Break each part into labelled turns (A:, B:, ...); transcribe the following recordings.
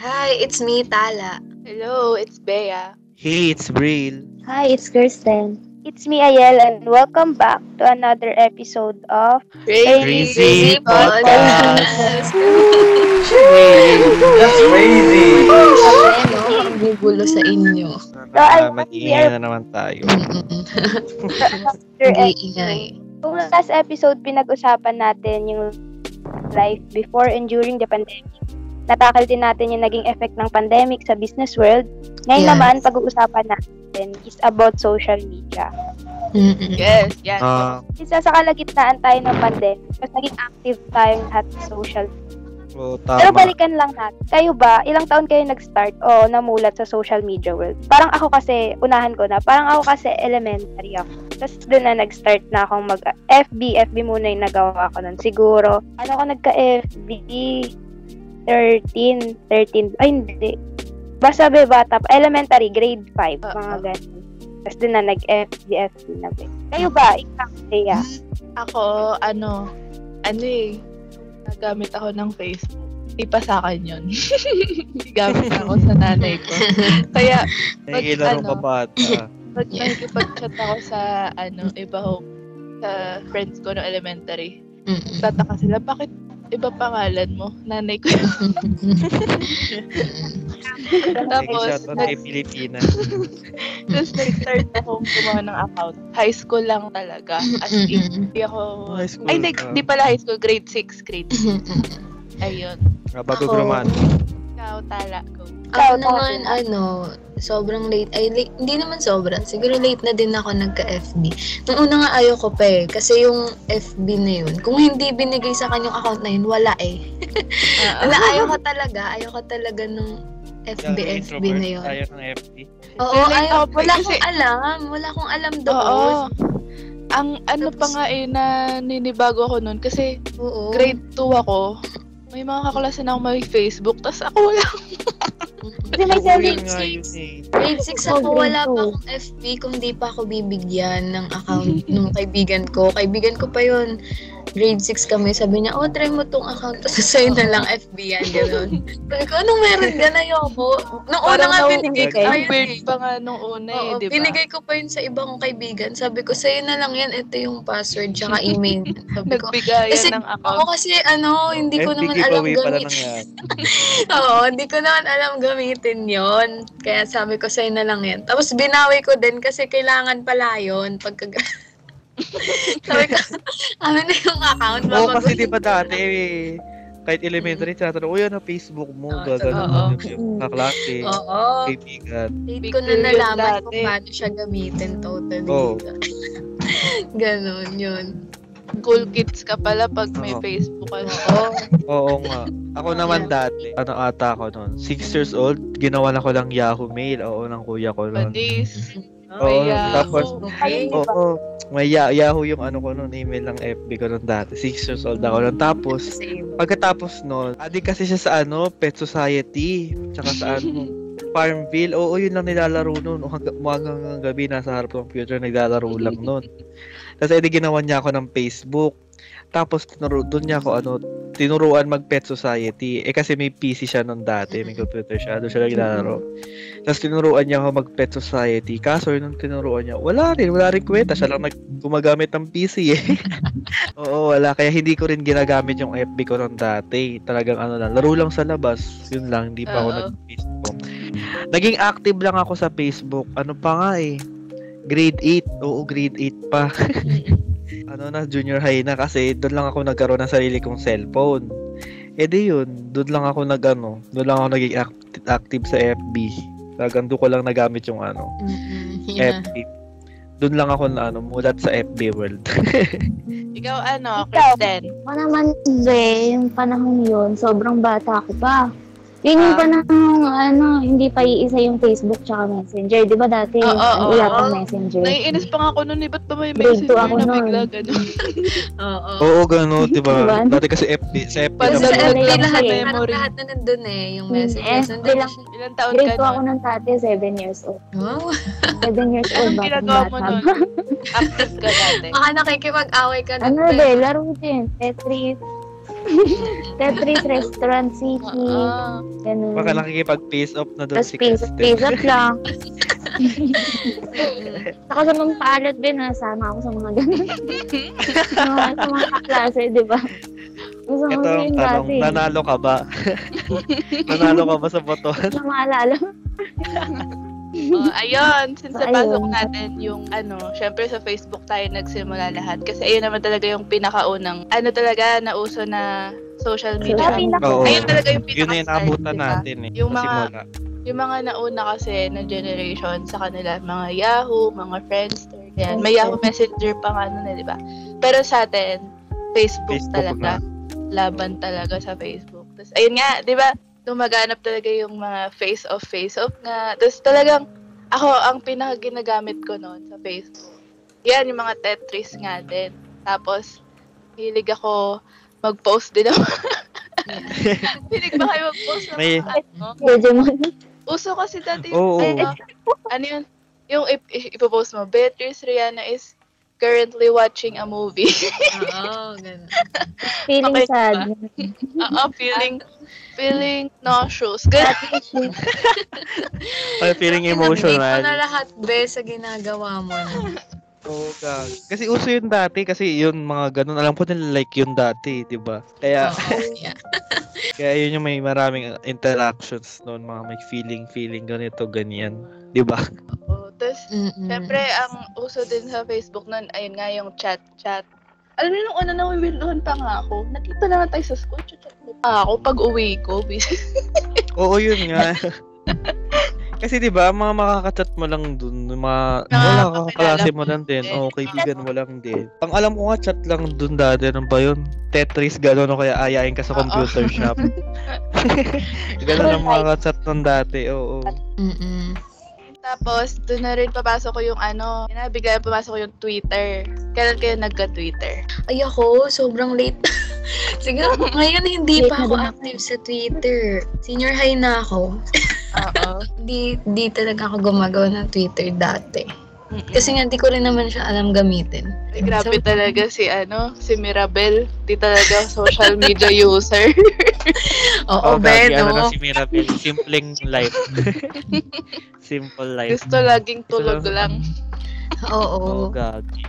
A: Hi, it's me, Tala.
B: Hello, it's Bea.
C: Hey, it's Bril.
D: Hi, it's Kirsten. It's me, Ayel, and welcome back to another episode of
C: Crazy
D: Podcast.
E: That's crazy!
A: Ano, ang gugulo sa inyo.
D: I-
C: Mag-iingay Ah, na naman tayo.
A: Mm-mm.
D: After
A: Hindi ingay.
D: Episode. Eh, Kung last episode, pinag-usapan natin yung life before and during the pandemic. Natakal din natin yung naging effect ng pandemic sa business world. Ngayon
A: Yes.
D: naman, pag-uusapan natin is about social media.
A: Mm-mm.
B: Yes, yes.
C: Ah,
D: Isa sa kalagitnaan tayo ng pandemic, mas naging active tayong lahat sa social media.
C: so,
D: Pero
C: tama.
D: balikan lang natin. Kayo ba, ilang taon kayo nag-start o namulat sa social media world? Parang ako kasi, unahan ko na, parang ako kasi elementary ako. Tapos doon na nag-start na akong mag FB, FB muna yung nagawa ko nun. Siguro, ano ko nagka-FB? 13, 13, ay hindi. Basta be bata pa, elementary, grade 5, mga
B: Oo.
D: ganun. Tapos doon na nag-FB, FB na be. Kayo ba, ikaw, Thea?
B: Ako, ano, ano eh, nagamit ako ng Facebook. Di pa sa akin yun. Gamit ako sa nanay ko. Kaya,
C: Nagilaro
B: ano?
C: ka bata.
B: pag
A: Yeah.
B: nagkipag-chat ako sa, ano, iba ho, sa friends ko no elementary,
A: Mm-mm.
B: tataka sila, bakit iba pangalan mo? Nanay ko yun. Tapos,
C: Nag-shoutout
B: nag-
C: kay Pilipina.
B: Tapos nag-start akong gumawa ng account. High school lang talaga. As in,
A: Mm-mm.
B: di ako...
C: High school ah,
B: Ay, nag,
C: ka.
B: di pala high school. Grade 6, grade 6. Ayun.
C: Ah, Bago
A: Ako.
C: grumahan.
B: Ikaw, tala ko.
A: Ako naman, ano, sobrang late. Ay, late, hindi naman sobrang. Siguro late na din ako nagka-FB. Nung una nga ayoko pa eh. Kasi yung FB na yun, kung hindi binigay sa kanyang account na yun, wala eh. Wala,
B: Ah.
A: ayoko talaga. Ayoko talaga nung FB, FB na yun.
C: Tayo ng FB.
A: Oo,
B: Relate
A: ayaw,
B: ako pa
A: wala
B: kasi-
A: akong alam. Wala akong alam doon.
B: Oo. Ang ano pa
A: Tapos- Oh.
B: nga eh, na ninibago ako nun. Kasi
A: Oo.
B: grade 2 ako. May mga kaklasan ako may Facebook. Tapos ako wala.
D: Kasi may
C: Ako
D: sending
C: yun nga yun eh.
A: Grade 6
D: Ako,
B: Oh,
A: ako,
D: grade
A: wala pa
D: two.
A: akong FB kung di pa ako bibigyan ng account
B: Mm-hmm.
A: nung kaibigan ko. Kaibigan ko pa yun. Grade 6 kami, sabi niya, oh, try mo tong account. Tapos sa'yo na lang FB yan, gano'n. Sabi ko, anong meron ka na yoko? Nung una
B: Parang
A: nga,
B: nau-
A: binigay ko
C: Okay.
A: pa
B: Ang
A: yun
B: weird
A: eh.
B: pa nga nung una eh,
A: Oo,
B: di ba?
A: binigay ko pa yun sa iba kong kaibigan. Sabi ko, sa'yo na lang yan, ito yung password, tsaka email. Sabi ko,
B: Nagbigayan
A: Kasi-
B: ng
A: ako
B: account.
A: kasi ano, hindi ko
C: FB
A: naman alam
C: giveaway pala
A: gamit.
C: nangyari.
A: Oo, hindi ko naman alam gamitin yon. Kaya sabi ko sa'yo na lang yan. Tapos binawi ko din kasi kailangan pala yun. Pagka... sabi ko, ano na yung account?
C: Oo, kasi
A: babaguhin
C: di ba
A: ko
C: dati
A: lang."
C: eh, kahit elementary, tinatanong, uy, ano Facebook mo?
A: Oo,
B: totoo.
C: Gaganon yung kaklase,
A: Oo.
C: kaibigan.
A: Date
B: Big
A: ko na
B: deal yun
A: nalaman
B: dati.
A: kung paano siya gamitin totally.
C: Oo.
A: Ganon yun.
B: Cool kids ka pala pag may
C: Oo.
B: Facebook ka na.
C: Oo nga. Ako naman dati, ano ata ako noon, 6 years old, ginawa na ko lang Yahoo Mail. Oo, ng kuya ko noon.
B: Diba, Badis.
C: Oo, tapos,
A: Okay.
C: oo, may Ya- Yahoo yung ano ko noon, email ng FB ko noon dati. 6 years old ako noon. Tapos,
A: Same.
C: pagkatapos noon, adik kasi siya sa ano, Pet Society, tsaka sa ano, Farmville. Oo, yun lang nilalaro noon. Hanggang umagang hanggang gabi, nasa harap ng computer, naglalaro lang noon. Tapos, edi ginawa niya ako ng Facebook. Tapos, tinuro, doon niya ako, ano, tinuruan mag Pet Society. Eh, kasi may PC siya noon dati, may computer siya, doon siya naglalaro. Tapos, tinuruan niya ako mag Pet Society. Kaso, yun, nung tinuruan niya, wala rin, wala rin kwenta. Siya lang nag, gumagamit ng PC eh. Oo, wala. Kaya hindi ko rin ginagamit yung FB ko noon dati. Talagang ano lang, laro lang sa labas. Yun lang, hindi pa ako
B: Oo.
C: nag-Facebook. Naging active lang ako sa Facebook. Ano pa nga eh. Grade 8. Oo, grade 8 pa. ano na, junior high na kasi doon lang ako nagkaroon ng sarili kong cellphone. E di yun, doon lang ako nag ano, doon lang ako naging act- active sa FB. Talagang doon ko lang nagamit yung ano,
A: Mm-mm, yeah.
C: FB. Doon lang ako na ano, mulat sa FB world.
B: Ikaw ano,
D: Ikaw.
B: Kristen?
F: Ako naman, be, yung panahon yun, sobrang bata ko pa. Yun yung
B: Ah.
F: panahon, ano, hindi pa iisa yung Facebook tsaka Messenger. Di ba dati,
B: Oo, oo,
F: wala
B: oo.
F: pang Messenger?
B: Naiinis pa nga ako nun eh, ba't ba
F: Grade
B: may
F: two
B: messenger
F: ako
B: na bigla
F: nun.
B: ganun?
A: Oo.
C: Oo, gano'n, di
F: Diba?
C: ba? Dati kasi FB, sa FB
B: Pag
A: Kasi
B: Wala
A: sa
B: naman
A: FB
B: lang
A: lahat,
B: sa
A: parang
B: memory.
A: lahat na nandun eh, yung
F: Mm,
A: messages.
F: eh,
A: Nandun lang.
B: Ilan taon ka
F: Grade 2
B: nun?
F: ako ng tate, 7 years old.
A: Wow.
F: 7 years old,
B: Anong
F: batang
B: ginagawa mo
F: bata.
B: nun? Active ka dati.
A: Baka nakikipag-away ka.
F: Ano,
A: dun.
F: be, laro din. Tetris. Tetris Restaurant City.
A: Ah.
B: Oo.
F: Ganun.
C: Baka nakikipag-face off na doon
F: Tapos
C: si
F: pizza,
C: Kristen.
F: pizza lang. Saka sa mga paalat din, nasama ako sa mga ganun. no, sa mga kaklase, di ba? Masama
C: Ito
F: ko
C: ang
F: yung
C: tanong,
F: dati.
C: nanalo ka ba? nanalo ka ba sa botohan?
F: Hindi ko maalala.
B: Oh, ayun, since
F: So,
B: napasok
F: ayun.
B: natin yung ano, syempre sa Facebook tayo nagsimula lahat kasi ayun naman talaga yung pinakaunang ano talaga nauso na social media.
F: Ah, pinaka-
C: Oo.
B: Ayun talaga yung
C: Yun na
B: pinaka
C: yung naabutan natin eh.
B: Yung
C: Yung
B: mga-
C: simula.
B: Yung mga nauna kasi na generation sa kanila, mga Yahoo, mga Friendster, yan. May Yahoo Messenger pa nga nun eh, di ba? Pero sa atin, Facebook,
C: Facebook
B: talaga. Laban talaga sa Facebook. Tapos, ayun nga, di ba? Tumaganap talaga yung mga face-off, face-off nga. Tapos talagang, ako, ang pinaka ginagamit ko noon sa Facebook. Yan, yung mga Tetris nga din. Tapos, hilig ako mag-post din ako. hilig ba kayo mag-post ng
C: May-
B: mga ano?
F: Digimon.
B: Uso kasi dati
C: Oo.
B: yung, ano, ano yun, yung ip- i- ipopost mo, Beatrice Rihanna is currently watching a movie.
A: Oo, ganun.
F: Feeling
B: Okay, diba?
F: sad.
B: Oo, feeling, feeling nauseous. Ganun.
C: Ay, feeling
A: Pinabig ko na
C: emotional.
A: lahat, be, sa ginagawa mo. no?
C: Oo, gag. Oh, Kasi uso yun dati, kasi yun mga ganun. Alam ko nila like yun dati, di ba? Kaya,
A: Oo, yeah.
B: Oh.
C: kaya yun yung may maraming interactions noon, mga may feeling, feeling, ganito, ganyan. Di ba?
B: Oo, Tapos,
A: Mm-mm.
B: syempre, ang uso din sa Facebook nun, ayun nga yung chat-chat. Alam niyo, nung una na windohan pa nga ako, nakita na lang tayo sa school, chat-chat na pa ako pag uwi ko.
C: Oo, yun nga. Kasi di ba, mga makakachat mo lang dun, yung mga
A: Ah,
B: Mga
C: wala
B: kakilala
C: kang klase
B: mo
C: mo lang din,
B: din.
C: o kaibigan mo lang din. Ang alam ko nga, chat lang dun dati, ano ba yun? Tetris, gano'n, o kaya ayain ka sa
B: Oo.
C: computer shop. gano'n ang mga chat nun dati, oo.
A: Mm-mm.
B: Tapos, doon na rin papasok ko yung ano, yun na, bigla papasok ko yung Twitter. Kailan kayo nagka-Twitter?
A: Ay ako, sobrang late. Siguro ngayon hindi
F: Late
A: pa
F: na
A: ako
F: din ako.
A: active sa Twitter. Senior high na ako.
B: Oo.
A: Di, di talaga ako gumagawa ng Twitter dati.
B: Mm-mm.
A: Kasi nga, di ko rin naman siya alam gamitin.
B: Ay, grabe talaga si ano, si Mirabel. Di talaga social media user.
A: Oo,
C: gagi,
A: be,
C: ano na
A: no?
C: si Mirabel, simpleng life. Simple life.
B: Gusto laging tulog
C: Gusto
B: lang.
C: Oo,
A: Oo.
C: Oh, gagi.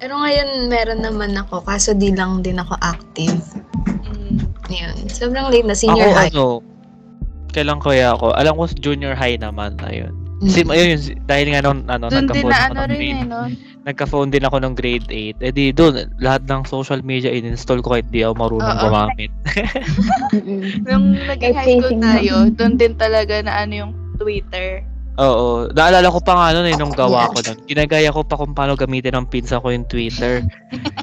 A: Pero ngayon, meron naman ako. Kaso di lang din ako active.
C: ano.
B: Mm.
A: Yun. Sobrang late na.
C: Ako,
A: Senior high.
C: ano, kailan kaya ako? Alam ko, junior high naman, ayun.
A: Mm.
C: Sim, ayun, yun, dahil nga nung, ano,
B: Doon din
C: nagka-phone
B: na
C: ako
B: ano
C: ng
B: rin
C: grade
B: eh, no?
C: nagka-phone din ako ng grade 8. Eh di doon, lahat ng social media in-install ko kahit di ako marunong
B: Oo.
C: gumamit.
B: Nung
F: Mm.
B: naging high school
F: Facing
B: tayo, doon din talaga na ano yung Twitter.
C: Oo. Naalala ko pa nga noon eh, nung
B: Ah,
C: gawa ko noon. Ginagaya ko pa kung paano gamitin ng pinsa ko yung Twitter.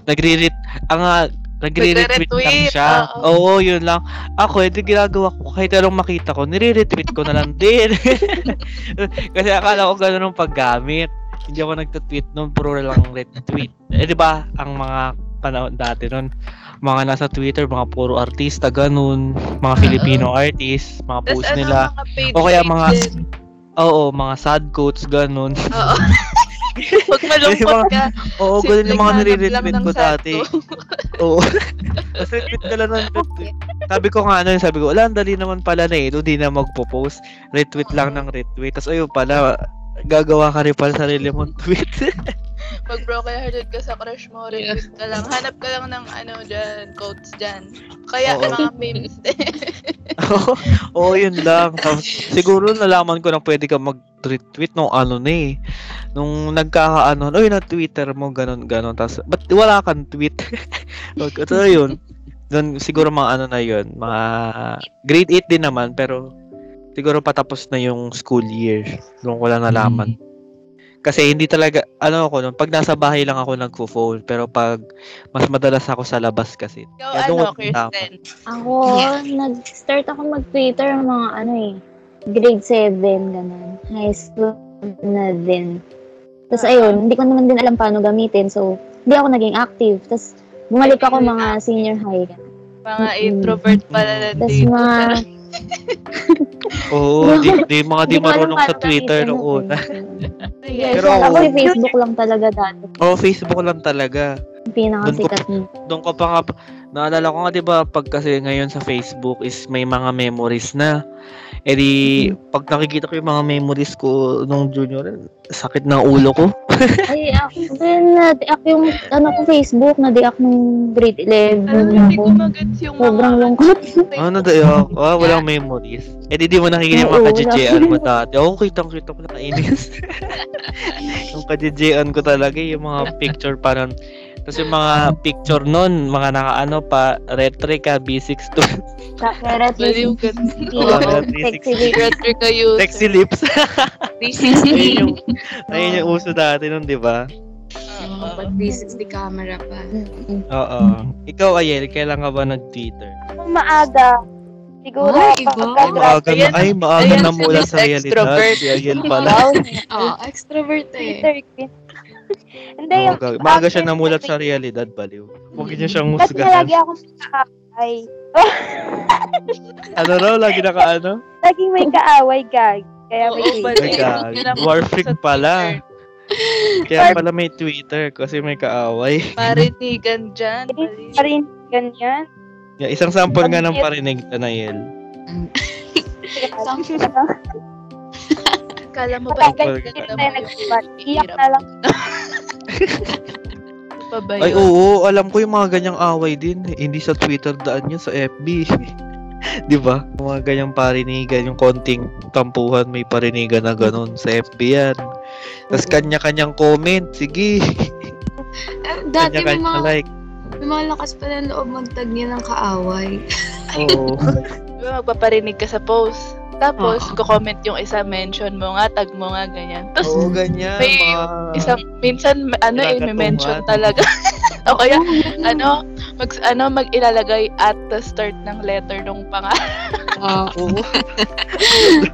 C: Nagre-ret... Ang ah, nagre-retweet lang
B: Nagre-retweet,
C: siya.
B: oo.
C: Oo, yun lang. Ako, edi ginagawa ko. Kahit anong makita ko, nire-retweet ko na lang din. Kasi akala ko ganun ang paggamit. Hindi ako nagtatweet noon, puro lang retweet. Eh, di ba, ang mga panahon dati noon, mga nasa Twitter, mga puro artista, ganun, mga Filipino artists, mga
B: Tapos
C: posts
B: ano
C: nila.
B: mga page
C: O kaya
B: rate
C: mga-
B: din.
C: Oo, mga sad quotes, ganun.
B: Oo. Pag malungkot
C: Yung mga-
B: ka,
C: Oo,
B: Simpleng
C: ganun yung mga
B: hanap lang
C: nire-retweet
B: ng
C: ko
B: sad
C: dati. Oo. Tapos retweet ka lang ng retweet. Sabi ko nga nun, sabi ko, wala, ang dali naman pala na eh, no, di na magpo-post. Retweet lang ng retweet. Tapos ayun pala, gagawa ka rin pala sarili mong tweet.
B: pag broken hearted ka sa crush mo, retweet ka lang. Hanap ka lang ng ano dyan, quotes dyan. Kaya
C: Oo.
B: mga memes din.
C: Oo, Oo, yun lang. Tapos, siguro nalaman ko na pwede ka mag-retweet nung ano na eh. Nung nagkakaano, oy na Twitter mo, ganun, ganun. Tapos, ba't wala kang tweet? so, yun. Doon, siguro mga ano na yun, mga grade 8 din naman, pero siguro patapos na yung school year. Doon ko lang nalaman. Kasi hindi talaga, ano ako nun, pag nasa bahay lang ako nagpo-phone, pero pag mas madalas ako sa labas kasi.
B: Ikaw
C: Kaya
B: ano,
C: doon ko nalaman.
B: Kirsten?
F: Ako,
A: Yeah.
F: nag-start ako mag-Twitter ng mga ano eh, grade 7, ganun. High school na din. Tapos
B: Uh-huh.
F: ayun, hindi ko naman din alam paano gamitin. So, hindi ako naging active. Tapos, bumalik ako mga senior high.
B: Mga
F: Mm-mm.
B: introvert
C: Mm.
B: pala
F: Tapos
B: nandito.
F: mga...
C: Oo, di, di mga di
F: ko alam
C: marunong sa
F: paano
C: Twitter
F: gamitin
C: noon.
F: yun.
B: Ayan.
C: Pero
F: Ako
C: ako-
F: si Facebook lang talaga dati.
C: Oo, Facebook lang talaga.
F: Yung pinakasikat. na.
C: Doon ko pa nga, Naalala ko nga 'di ba pag kasi ngayon sa Facebook is may mga memories na. Eh di
F: Mm-hmm.
C: pag nakikita ko yung mga memories ko nung junior, sakit ng ulo ko.
F: Ay, ako din, na-deact yung, ano ko, Facebook, na-deact nung grade 11
B: Alam mo,
F: na
B: Ah, hindi
F: ako.
B: ko magets yung mga...
F: Sobrang lungkot.
C: Ano na tayo? Ah, walang memories. Eh di di mo nakikinig yung
F: Oo,
C: mga
F: wala.
C: kajejean mo dati. Oo, kitang-kita ko nakainis. yung kajejean ko talaga, eh, yung mga picture parang tapos yung mga picture nun, mga nakaano pa, Retrica B62.
F: Kakarat
B: Mali yung ganun.
C: Oo,
F: Yung
C: sexy
F: sexy
B: Retrica user.
C: Sexy lips. ayun yung,
B: Sexy.
C: ayun yung uso dati nun, di ba?
B: Oo.
E: Pag 360 camera pa.
C: Oo. Ikaw, Ayel, kailan ka ba nag-Twitter?
D: Kung maaga, siguro
E: Ay, iba.
C: Ay,
D: pagka-grad.
C: maaga na, ay, maaga
B: Ayun,
C: na mula
B: si
C: sa
B: Miss
C: realidad.
B: Extrovert.
C: Si Ayel pala.
D: Wow,
E: Oo, Ah, extrovert eh.
D: Twitter queen. Hindi, yung...
C: Maaga, maaga siya
D: after-
C: namulat sa realidad, baliw. Huwag niya siyang
D: Kasi nga lagi
C: husgahan.
D: ako nakaaway.
C: Ano raw, lagi nakaano?
D: Laging may kaaway, gag. Kaya may
B: Oo,
D: Twitter.
C: My
B: bali. Ayun,
C: God,
B: yun ang
C: war
B: uso
C: freak
B: sa
C: pala. Kaya pala may Twitter kasi may kaaway.
B: Parinigan dyan.
D: Pa rin, ganyan.
C: Yeah, isang sample nga ng parinig na Ayel.
E: Sample.
B: Kala mo ba
C: Sample.
D: Kapag
B: ikaw
D: ganyan
B: ganda
D: tayo
B: mo
D: nag-iwan,
B: yung
D: iyak na lang.
B: pa ba
C: Ay,
B: yun?
C: oo, alam ko yung mga ganyang away din. Hindi sa Twitter daan yun, sa FB. Di ba? Yung Mga ganyang parinigan, yung konting tampuhan, may parinigan na ganun sa FB yan. Tapos kanya-kanyang comment, sige,
E: Eh, Dati may
C: kanya-kanyang
E: mga,
C: like.
E: may mga lakas pa ng loob magtag niya ng kaaway.
C: Oo.
B: Di ba magpaparinig ka sa post? Tapos,
E: Oo.
B: ko-comment yung isa, mention mo nga, tag mo nga, ganyan. Tapos,
C: Oo, ganyan.
B: May
C: mga-
B: isang, minsan, ma- ano eh, may
C: Kinakatungan.
B: mention talaga. o kaya, ano, mag, ano, mag ilalagay at the start ng letter nung pangalan.
E: Oo.
C: Oo.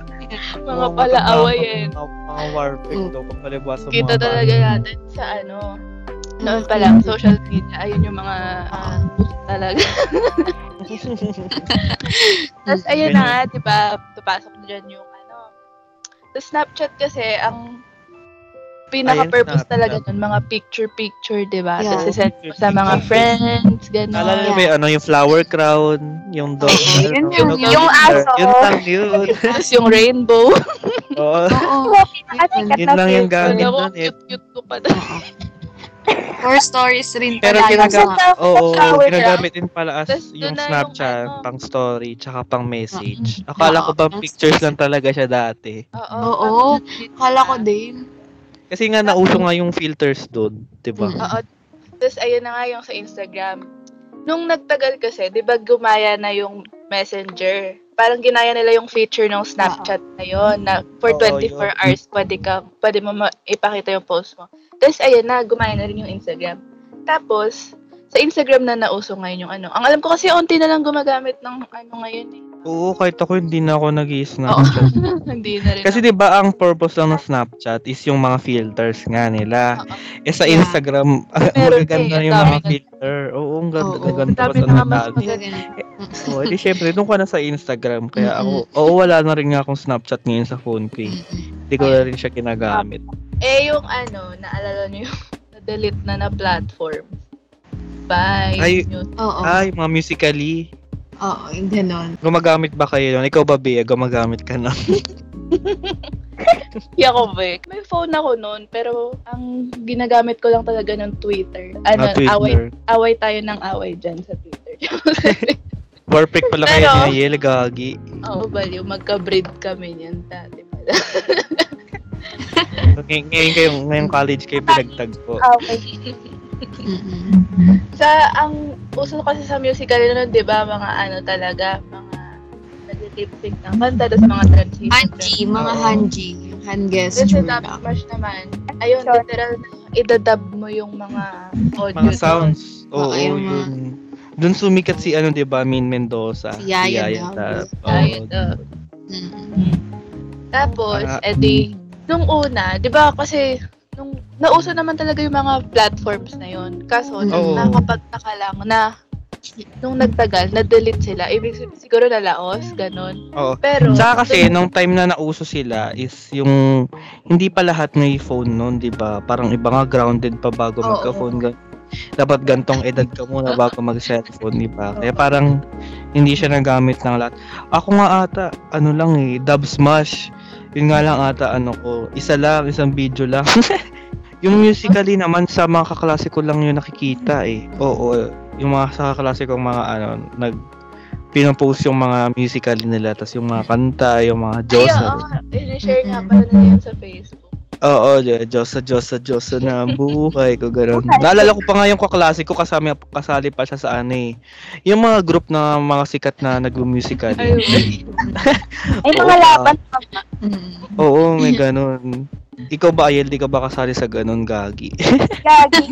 B: Mga palaaway eh.
C: Mga, mga warfare daw, kapalibasa mga
B: Kita talaga natin sa ano, noon pa lang, social media, ayun yung mga ah, uso talaga. Tapos ayun na nga, di ba, papasok na dyan yung ano. Tapos Snapchat kasi, ang pinaka-purpose
C: Ayun,
B: talaga
C: Snapchat.
B: nun, mga picture-picture, di ba?
E: Yeah.
B: Tapos isend mo sa mga friends,
C: Naalala
B: gano'n.
C: niyo ba yung ano, yung flower crown, yung dog.
E: Oo, yun
C: yung,
E: yun.
D: Yung aso.
C: Yun lang yun.
B: Tapos yung rainbow.
C: Oo.
E: Oo.
D: Oo, pinakasikat
C: Yun
D: na
C: lang yung
D: filter.
C: gamit
B: Wala ko,
C: nun eh.
B: cute-cute ko pa doon.
E: Four stories rin
C: Pero
E: pala yung
C: ginagamit-
E: mga
C: Oo,
D: Flower
C: ginagamit din pala as
B: Tas
C: yung
B: doon na yung
C: Snapchat,
B: ano.
C: pang story, tsaka pang message. Akala ko
E: Oo,
C: pang
E: pang
C: pictures lang talaga siya dati.
E: Oo. Akala ko din.
C: Kasi nga nauso nga yung filters doon, 'di ba?
E: Mm.
B: Oo. Tapos ayun na nga yung sa Instagram. Nung nagtagal kasi, di ba gumaya na yung messenger? Parang ginaya nila yung feature ng Snapchat na yun, na for
C: Oo,
B: 24
C: yun.
B: hours pwede, ka, pwede mo ma- ipakita yung post mo. Tapos ayun na, gumaya na rin yung Instagram. Tapos, sa Instagram na nauso ngayon yung ano. Ang alam ko kasi onti na lang gumagamit ng ano ngayon eh.
C: Oo, kahit ako hindi na ako nag-i-Snapchat.
B: Hindi na rin.
C: Kasi 'di ba ang purpose lang ng Snapchat is yung mga filters nga nila.
B: Oo.
C: Eh sa
E: Yeah.
C: Instagram,
B: Meron
C: magaganda
B: eh, ang
C: yung
B: dami
C: mga
B: nun.
C: filter. Oo, ang ganda,
E: Oo.
C: ganda
B: Ang
C: pa
B: dami na nga mas
C: sa
B: maganda.
E: Ganun.
C: Oo, edi syempre, doon ka na sa Instagram. Kaya ako,
E: Mm-mm.
C: oo, wala na rin nga akong Snapchat ngayon sa phone ko eh. Hindi ko na rin siya ginagamit.
B: Eh, yung ano, naalala nyo yung na-delete na na platform. Bye.
C: Ay.
B: Newt-
E: Oo.
C: Ay, mga musically.
E: Oo, ganun.
C: Gumagamit ba kayo nun? Ikaw ba, Bea? Gumagamit ka na?
B: Hindi ako, Vic. May phone ako noon, pero ang ginagamit ko lang talaga ng Twitter. Ano,
C: Na Ah, Twitter.
B: away, away tayo ng away dyan sa Twitter.
C: Perfect pala kayo
B: Pero-
C: ni Ayel, gagi.
B: Oo, baliw. Magka-breed kami niyan dati pala.
C: Ngay- Ngayon kayo, ngayong college kayo pinagtagpo.
D: Kaaway.
E: Mm-mm.
B: sa, ang uso kasi sa musical noon, di ba, mga ano talaga, mga nag-lip-sync ng kanta, tapos mga transition.
E: Hanji, mga
C: Oo.
E: hanji. Hand
B: Tapos
E: gesture
B: sa Top
E: lang.
B: Crush naman, ayun,
D: Sure.
B: literal na idadub mo yung mga audio.
C: Mga sounds.
E: Oo,
C: Oo,
E: yung mga-
C: yun. Doon sumikat si ano, 'di ba, Min Mendoza.
E: Si Yaya
C: Dab.
E: Dab.
C: Oo.
B: Ayun, dub.
E: Mm.
B: Tapos,
C: Ah.
B: edi, nung una, di ba kasi, nung, nauso naman talaga yung mga platforms na yun.
C: Oo.
B: Kaso, nung nakapagtaka lang na, nung nagtagal, na-delete sila. Ibig sabihin, siguro nalaos, ganun.
C: Oo.
B: Pero,
C: Tsaka kasi, nung time na nauso sila is yung hindi pa lahat may phone noon, 'di ba? Parang iba nga grounded pa bago
E: Oo.
C: magka-phone. gan- dapat gantong edad ka muna bago mag-cellphone, di ba? Kaya parang hindi siya nagamit ng lahat. Ako nga ata, ano lang eh, dub smash. Yun nga lang ata, ano ko, isa lang, isang video lang. yung musically naman, sa mga kaklase ko lang yun nakikita eh. Oo, yung mga sa kaklase kong mga ano, nag pinopost yung mga musically nila, tas yung mga kanta, yung mga Diyos.
B: Ay, oo. I-share nga pala na yun sa Facebook.
C: Oo, Diyos sa Diyos sa Diyos sa na ang buhay ko, gano'n. Naalala ko pa nga yung kaklase ko, kasama, kasali pa siya sa ano eh. Yung mga group na mga sikat na nag-musical.
B: Ay,
D: Ay, mga
C: Oo.
D: laban.
A: Mm.
C: Oo, may gano'n. Ikaw ba, Ayel, di ka ba kasali sa gano'n, Gagi?
D: Gagi.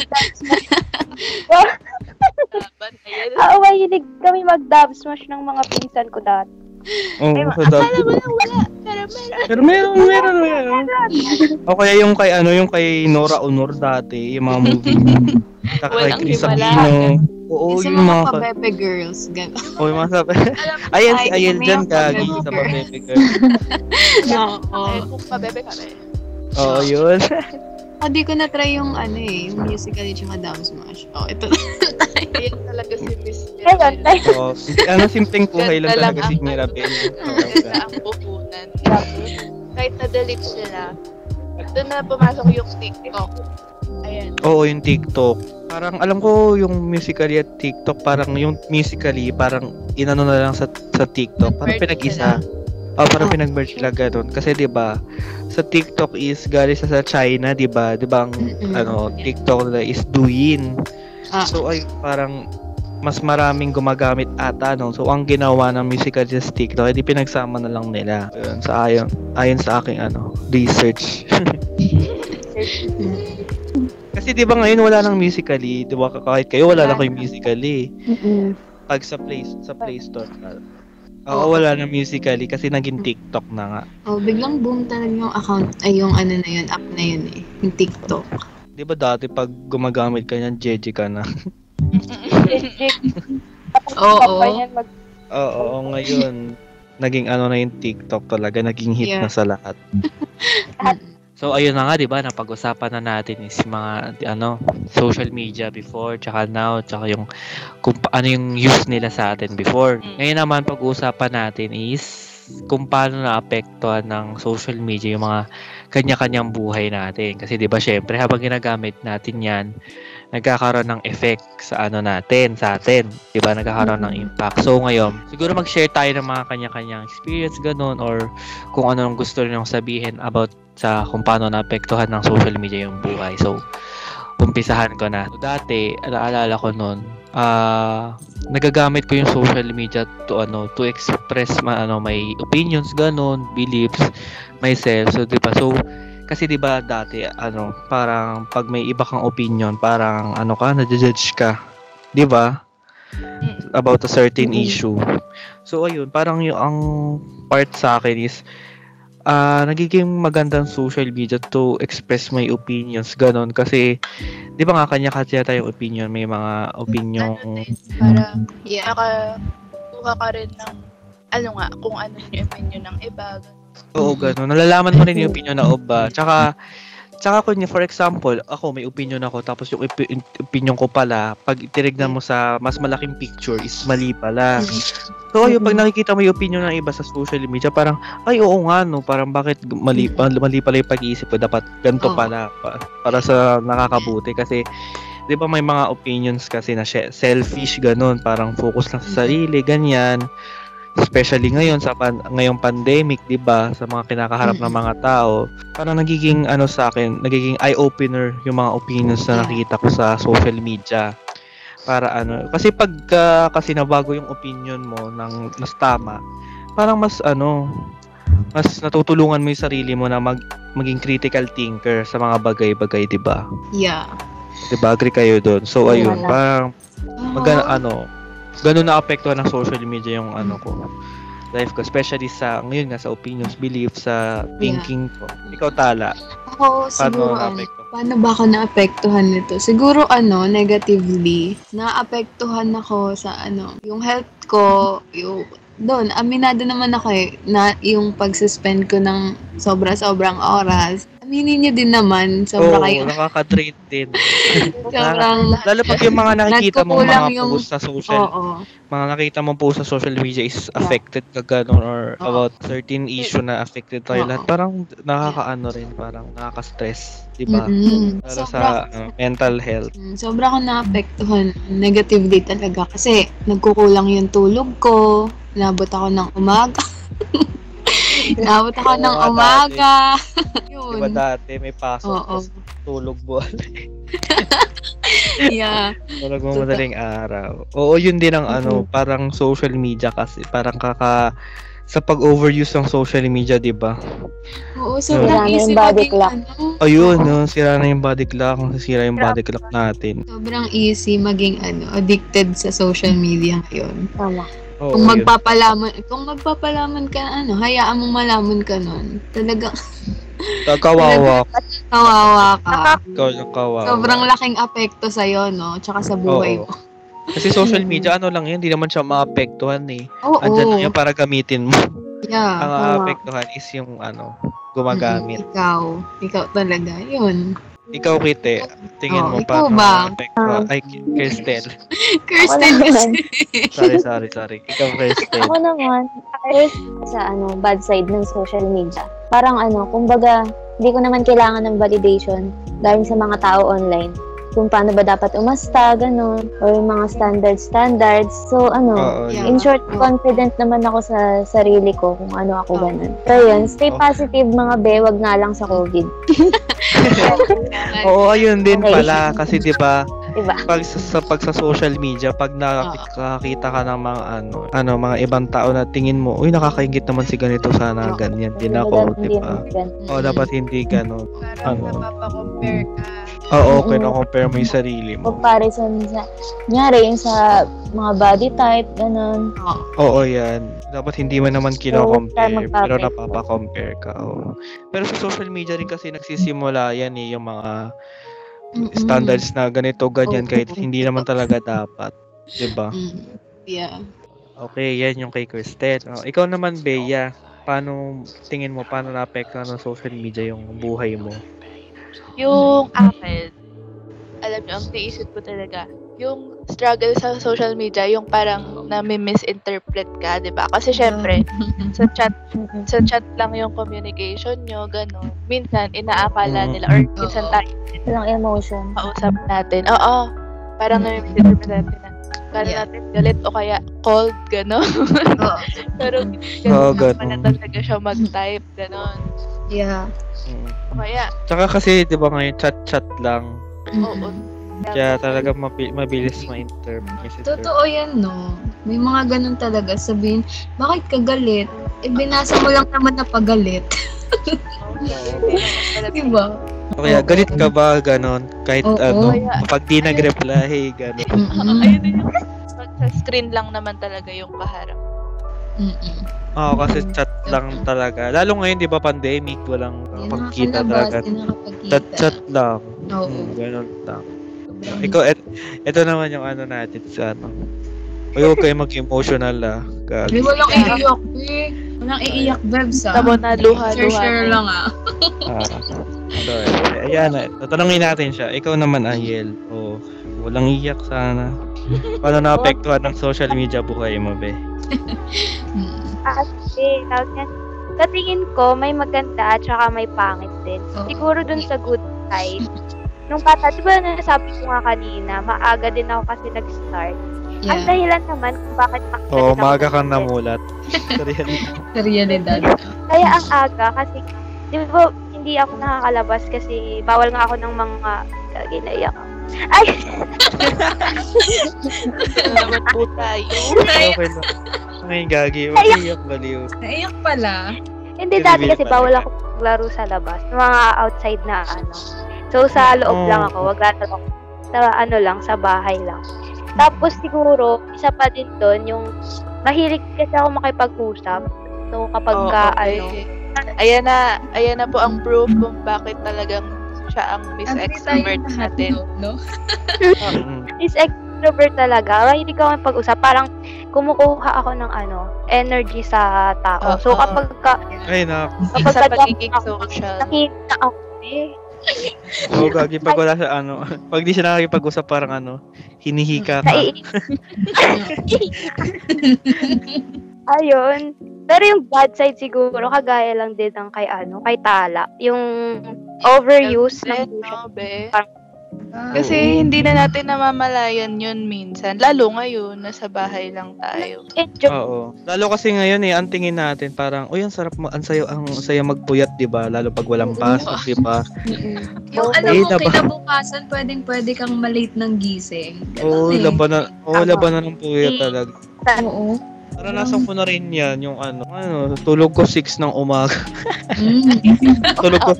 B: laban. Ayun.
D: Oo, mahilig kami mag-dub smash ng mga pinsan ko dati.
C: Oo,
D: Ay,
C: Oh, sa dab-
B: Akala mo lang wala. Pero meron.
C: Pero meron, meron, meron. O kaya yung kay, ano, yung kay Nora Honor dati, yung mga movie. Saka kay
B: Walang
C: Chris
B: himala.
C: Aquino. Oo,
A: Sa
C: yung
A: mga
C: mga... ka-
A: pabebe girls, gano'n.
C: Oo, yung mga sabi.
B: Alam mo,
C: Ayan, si
A: Ay,
C: Ayel
A: may
C: dyan,
A: mga
C: Gagi,
A: pabebe
C: sa
A: girls.
C: Pacific Girl.
B: eh,
A: Oo.
B: kung pabebe kami.
C: Oo, yun.
A: Ah, di ko na-try yung ano eh, yung musical at yung Adam Smash. Oh, ito.
B: Ayun talaga si Miss
D: Ayun,
B: Mirabel.
D: ay,
C: Oo. ano, simpleng buhay lang
B: Ganda lang
C: talaga si
B: ang-
C: Mirabel.
B: Ganda ang puhunan. Kahit nadalik sila, doon na pumasok yung TikTok. Ayan.
C: Oo, yung TikTok. Parang alam ko yung musically at TikTok, parang yung musically, parang inano na lang sa sa TikTok. Parang
B: Nag-merge
C: pinag-isa. Oh, parang pinag-merge sila ganun. Kasi 'di ba, sa TikTok is galing sa sa China, 'di ba? 'Di ba ang
A: Mm-mm.
C: ano, TikTok na is Douyin.
A: Ah.
C: So ay parang mas maraming gumagamit ata no. So ang ginawa ng musical sa TikTok, hindi pinagsama na lang nila. Ayun, sa ayon, ayon sa aking ano, research. Kasi 'di ba ngayon wala nang musically, 'di ba? Kahit kayo wala na
D: Wala
C: kayong
D: na.
C: musically.
F: Mm-mm.
C: Pag sa Play sa Play Store. ah. Oo, wala na musically kasi naging TikTok na nga.
A: Oh, biglang boom talaga yung account, ay yung ano na yun, app na yun eh, yung TikTok.
C: 'Di ba dati pag gumagamit ka niyan, JJ ka na.
D: legit.
A: Oo.
D: Kapag yan mag-
C: Oo, ngayon naging ano na yung TikTok talaga, naging hit
A: Yeah.
C: na sa lahat. So ayun na nga 'di ba, napag-usapan na natin is yung mga ano, social media before, tsaka now, tsaka yung kung pa- ano yung use nila sa atin before.
B: Mm.
C: Ngayon naman pag-uusapan natin is kung paano naapektuhan ng social media yung mga kanya-kanyang buhay natin. Kasi 'di ba syempre habang ginagamit natin 'yan, nagkakaroon ng effect sa ano natin, sa atin. 'Di ba? Nagkakaroon ng impact. So ngayon, siguro mag-share tayo ng mga kanya-kanyang experience ganun or kung ano ang gusto nilang sabihin about sa kung paano naapektuhan ng social media yung buhay. So, umpisahan ko na. Dati, alaalala ko noon, ah nagagamit ko yung social media to ano to express ma, ano my opinions ganun beliefs myself so 'di ba so kasi 'di ba dati ano parang pag may iba kang opinion parang ano ka na-judge ka 'di ba
B: Mm.
C: about a certain
A: Mm.
C: issue so ayun parang yung ang part sa akin is ah nagiging magandang social media to express my opinions ganun kasi 'di ba nga kanya-kanya tayong opinion may mga opinion
B: Ano din, para makakuha ka rin ng, ano nga, kung ano yung opinion ng iba.
C: Oo, gano'n. Nalalaman mo rin yung opinion na oba. Tsaka, tsaka kung for example, ako may opinion ako, tapos yung opi- opinion ko pala, pag tinignan mo sa mas malaking picture is mali pala. So, ayun, pag nakikita mo yung opinion ng iba sa social media, parang, ay, oo nga, no, parang bakit mali, mali pala yung pag-iisip ko, dapat ganito
A: Oo.
C: pala, pa- para sa nakakabuti. Kasi, di ba may mga opinions kasi na she- selfish, ganun, parang focus lang sa sarili, ganyan especially ngayon sa pan- ngayong pandemic, 'di ba, sa mga kinakaharap ng
A: Mm-mm.
C: mga tao, parang nagiging ano sa akin, nagiging eye opener yung mga opinions na
A: Yeah.
C: nakikita ko sa social media. Para ano, kasi pag ah, kasi nabago yung opinion mo ng mas tama, parang mas ano, mas natutulungan mo yung sarili mo na mag maging critical thinker sa mga bagay-bagay, 'di ba?
A: Yeah.
C: 'Di ba agree kayo doon? So
F: Wala.
C: ayun, parang Magana
A: Ah,
C: ano, ganun naapektuhan ng social media yung ano ko. Life ko, especially sa, ngayon nga, sa opinions, beliefs, sa thinking ko. Ikaw tala,
A: Ako siguro ano,
C: paano naapektuhan?
A: paano ba ako naapektuhan nito? Siguro ano, negatively, naapektuhan ako sa ano, yung health ko, yung doon, aminado naman ako eh, na yung pag-suspend ko ng sobra-sobrang oras. Aminin niyo din naman, sobra
C: Oo,
A: kayo.
C: nakaka-drain din.
A: Sobrang,
C: Lalo pag yung mga nakikita mong mga
A: Nagkukulang yung-
C: post sa social,
A: oo.
C: mga nakita mong post sa social media is affected ka ganun or
A: Oo.
C: about certain issue na affected tayo
A: Oo.
C: lahat. Parang nakakaano rin, parang nakaka-stress, di ba?
A: Mm-mm.
C: Lalo
A: Sobra-
C: sa uh, mental health.
A: Mm, Sobra akong naapektuhan negatively talaga kasi nagkukulang yung tulog ko, nabot ako ng umaga. nabot ako
C: Oo
A: ng
C: nga, dati.
A: umaga.
C: Di ba
A: Yun.
C: Diba dati may pasok,
A: Oo.
C: tapos tulog mo.
A: Yeah.
C: Tulog mo madaling araw. Oo, yun din ang ano, parang social media kasi. Parang kaka sa pag-overuse ng social media, diba? di ba?
A: Oo, sobrang
F: Wala na
A: easy
F: yung body
A: maging
F: clock.
A: ano.
C: Ayun, no, sira na yung body clock. Kung sisira yung body clock natin.
A: Sobrang easy maging ano, addicted sa social media ngayon.
F: Tama.
C: Oo,
A: Kung
C: yun.
A: magpapalaman, kung magpapalaman ka ano, hayaan mong malaman ka nun. Talagang
C: Kawawa.
A: kawawa ka.
C: Ikaw yung kawawa.
A: Sobrang laking apekto sa'yo, no? Tsaka sa buhay mo.
C: Oo. Kasi social media, ano lang yun, hindi naman siya maapektuhan eh.
A: Oo. Ah,
C: Andyan lang yun para gamitin mo.
A: Yeah.
C: Ang
F: tama.
C: maapektuhan is yung ano, gumagamit.
A: Mm, Ikaw. Ikaw talaga. Yun.
C: Ikaw, Kite, tingin
A: Oo,
C: mo
A: ikaw
C: paano
A: ba?
C: maapektuhan? Ay, Ki- Kirstel.
F: Ako
A: Kirsten
F: naman,
A: kasi.
C: Sorry, sorry, sorry. Ikaw, Kirstel.
F: ako naman, first sa ano, bad side ng social media. Parang ano, kumbaga, hindi ko naman kailangan ng validation galing sa mga tao online kung paano ba dapat umasta, ganun, or yung mga standards-standards. So, ano,
C: Oo,
A: Yeah.
C: yun.
F: in short,
A: Oo.
F: confident naman ako sa sarili ko kung ano ako,
C: Ah.
A: Oo.
F: ganun. So, yun, stay
C: Oo.
F: positive mga be, wag nga lang sa COVID.
C: Oo, ayun din
F: Okay.
C: pala kasi 'di ba?
F: Diba?
C: Pag sa, sa pag sa social media, pag nakakita ka ng mga ano, ano mga ibang tao na tingin mo, uy nakakaingit naman si ganito sana
A: Oo.
C: ganyan din
F: Kumbaga,
C: ako, 'di
F: hindi
C: ba?
F: naman ganun.
C: Oo, Oh, dapat hindi ganun.
B: Parang
C: Ano?
B: napapakompare ka.
C: Oo,
F: Mm-mm.
C: kino-compare mo 'yung sarili mo.
F: Comparison sa, nyari yung sa mga body type, ganun.
A: Oo.
C: Oo, 'yan. Dapat hindi mo naman
F: huwag
C: kino-compare,
F: tayo
C: pero
F: magpapekto.
C: napapa-compare ka. Oo. Pero sa social media rin kasi nagsisimula 'yan eh, 'yung mga
A: Mm-mm.
C: standards na ganito, ganyan
A: Oo.
C: kahit hindi naman talaga dapat, 'di ba?
A: Mm. Yeah.
C: Okay, yan yung kay Cristel. Oh, ikaw naman, Bea, paano tingin mo, paano naapektuhan ng social media yung buhay mo?
B: Yung akin, alam niyo, ang naisip ko talaga, yung struggle sa social media, yung parang nami-misinterpret ka, di ba? Kasi syempre,
A: Mm.
B: sa chat, sa chat lang yung communication nyo, gano'n. Minsan,
C: Mm.
B: inaakala nila, or minsan tayo
F: Walang emotion.
B: kausap natin, oo, parang nami-misinterpret natin na, kala
E: Yeah.
B: natin galit o kaya cold, gano'n.
E: Oo.
B: Pero,
C: Oo,
B: gano'n oh,
C: ganun.
B: pala talaga siya mag-type, gano'n.
E: Yeah.
C: Mm.
B: O kaya,
C: Tsaka kasi, di ba ngayon, chat-chat lang.
B: oo.
C: Kaya talaga mabi- mabilis ma-interp. misinterpret.
E: Totoo yan, no? May mga ganun talaga. Sabihin, bakit ka galit? Eh, binasa mo lang naman na pagalit. diba?
C: O Kaya, galit ka ba, ganon? Kahit
E: Oo.
C: ano,
B: Kaya-
C: pag di nag-reply, ganon.
E: Mm-mm.
B: Ayun din yung sa screen lang naman talaga yung kaharap.
E: Mm-mm.
C: Oo, kasi chat lang talaga. Lalo ngayon, di ba, pandemic, walang
E: Yan,
C: pagkita
E: nakakalabas,
C: talaga.
E: yan, nakapagkita.
C: Chat-chat lang.
E: Oo.
C: Mm, ganon lang. Ikaw, et, ito naman yung ano natin sa ano. Uy, huwag kayo mag-emotional ah.
E: Hindi
C: Gag.
E: walang iiyak, be. Walang iiyak, Bebs, ah.
B: Tabo na
E: Sure,
B: luha-luha.
E: sure lang, ah.
C: Ah, sorry. Ayan, eh, tatanungin natin siya. Ikaw naman, Angel. O, walang iyak sana. Paano naapektuhan ng social media buhay mo, be?
E: Mm.
D: Kasi, tawag niyan, sa tingin ko, may maganda at saka may pangit din.
E: Oo.
D: Siguro dun sa good side, nung bata, di ba nasabi ko nga kanina, maaga din ako kasi nag-start. Ang
E: Yeah,
D: dahilan naman kung bakit maaga
C: O,
D: din ako
C: maga Oh, kang
D: nag-start.
C: namulat. Sorry.
E: sa realidad.
D: Kaya ang aga kasi, di ba, hindi ako nakakalabas kasi bawal nga ako ng mga ginaiyak. Ay,
B: Salamat Ano po tayo.
C: okay lang. Ngayon, gagi. Huwag iyak, baliw.
E: Naiyak pala.
C: Kasi
D: hindi dati kasi
C: bihira
D: bawal
C: talaga.
D: ako maglaro sa labas. Mga outside na ano. So, sa loob
C: Oh.
D: lang ako. Maglaro ako sa ano lang, sa bahay lang. Tapos siguro, isa pa din doon yung mahilig kasi ako makipag-usap. So, kapag
B: Oo,
D: ka,
B: Oh, okay.
D: ano,
B: Ayan na, ayan na po ang proof kung bakit talagang siya ang Miss
E: Agree tayo
B: Extrovert
E: lahat,
B: natin.
E: no? no?
C: Mm.
D: is extrovert talaga. Mahilig ako makipag-usap. Parang kumukuha ako ng ano, energy sa tao.
B: Oo.
D: So, kapag ka,
C: Ay, na.
D: kapag
B: Sa
D: ka-
B: pagiging social.
D: nakita ako, may eh.
C: Oo, Oh, gagi pag wala siya ano. Pag di siya nakakipag-usap parang ano, hinihika ka.
D: Naiinis. Ayun. Pero yung bad side siguro, kagaya lang din ng kay ano, kay Tala. Yung overuse ng
B: Then, no,
D: social
B: be.
C: Ah. Oo.
B: Kasi hindi na natin namamalayan yun minsan. Lalo ngayon, nasa bahay lang tayo.
D: enjoy.
C: Oo. Lalo kasi ngayon eh, ang tingin natin parang, uy, ang sarap, ma- ang sayo, ang saya magpuyat, di ba? Lalo pag walang
A: Oo.
C: pasok, di ba?
A: Yung alam
C: Eh,
A: mo,
C: naba-
A: kinabukasan, pwedeng-pwede kang malate ng gising.
C: Oo,
A: eh.
C: labanan, oo,
D: Tama.
C: labanan ng puyat
D: Eh.
C: talaga.
A: Oo.
C: Naranasan ko na rin yan, yung ano, ano, tulog ko 6 ng umaga.
A: Mm.
C: tulog ko,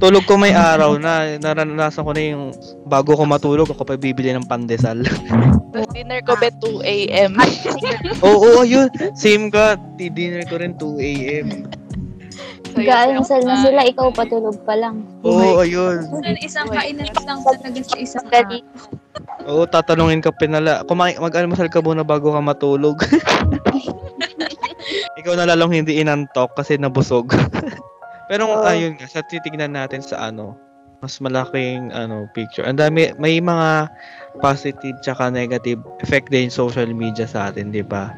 C: tulog ko may araw na, naranasan ko na yung, bago ko matulog, ako pa bibili ng pandesal.
B: Tapos dinner ko be 2 a.m.
C: Oo, ayun, same ka, dinner ko rin 2 a.m.
B: So, yun,
F: Gaansan na
B: kumain.
F: sila, ikaw patulog pa lang.
C: Oo, ayun.
A: Minsan, isang
B: Wait.
A: kainan lang talaga sa isang
D: Dali.
C: Oo, tatanungin ka pinala. Kumain, mag-almasal ka muna bago ka matulog. Ikaw na lalong hindi inantok kasi nabusog. Pero
D: Oo.
C: ayun nga, sa titignan natin sa ano, mas malaking ano picture. Ang dami may mga positive tsaka negative effect din social media sa atin, 'di ba?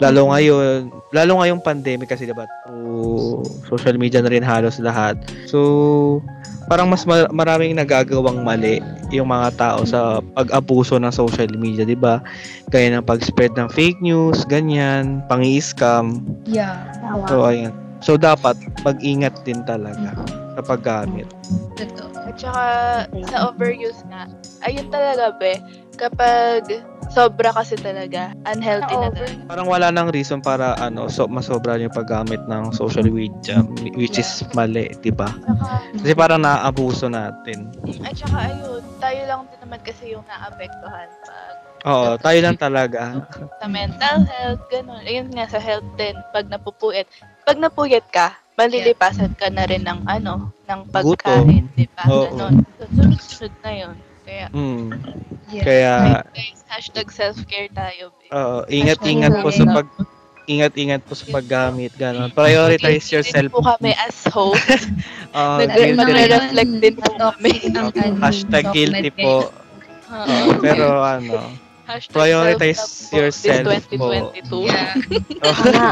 C: Lalo ngayon, lalo ngayong pandemic kasi 'di ba? through social media na rin halos lahat. So, parang mas ma- maraming nagagawang mali yung mga tao sa pag-abuso ng social media, 'di ba? Gaya ng pag-spread ng fake news, ganyan, pangi-scam.
A: Yeah,
F: Tawa.
C: So ayan. So dapat mag-ingat din talaga sa paggamit.
A: totoo.
B: At saka, sa overuse nga, ayun talaga be, kapag sobra kasi talaga, unhealthy na talaga.
C: Parang wala nang reason para ano, so masobra yung paggamit ng social media which is mali, 'di ba? Kasi parang naaabuso natin.
B: At saka ayun, tayo lang din naman kasi yung naapektuhan pag
C: Oo, tayo lang talaga.
B: sa mental health, ganun. Ayun nga, sa health din, pag napupuyat. Pag napuyat ka, malilipasan ka na rin ng ano, ng pagkain, di ba?
C: Oo.
B: Ganun. So, sunod-sunod na yun. Kaya,
C: Mm.
A: Yeah.
C: Kaya
B: guys, hashtag self-care tayo. babe.
C: oo, ingat-ingat po sa pag ingat-ingat po sa paggamit, ganun. Prioritize yourself. Ah,
B: Guilty din po kami as host.
C: Oo,
A: Lalo
B: Nag-
A: na
C: guilty.
A: ngayon,
B: Nagre-reflect din po kami.
A: toxic ang ano,
C: Hashtag guilty
A: document
C: po.
B: Oo.
C: Oo, pero ano,
B: Hashtag
C: Prioritize
B: self-love po
C: yourself
B: this
C: po.
B: 2022.
A: Yeah.
F: Tama.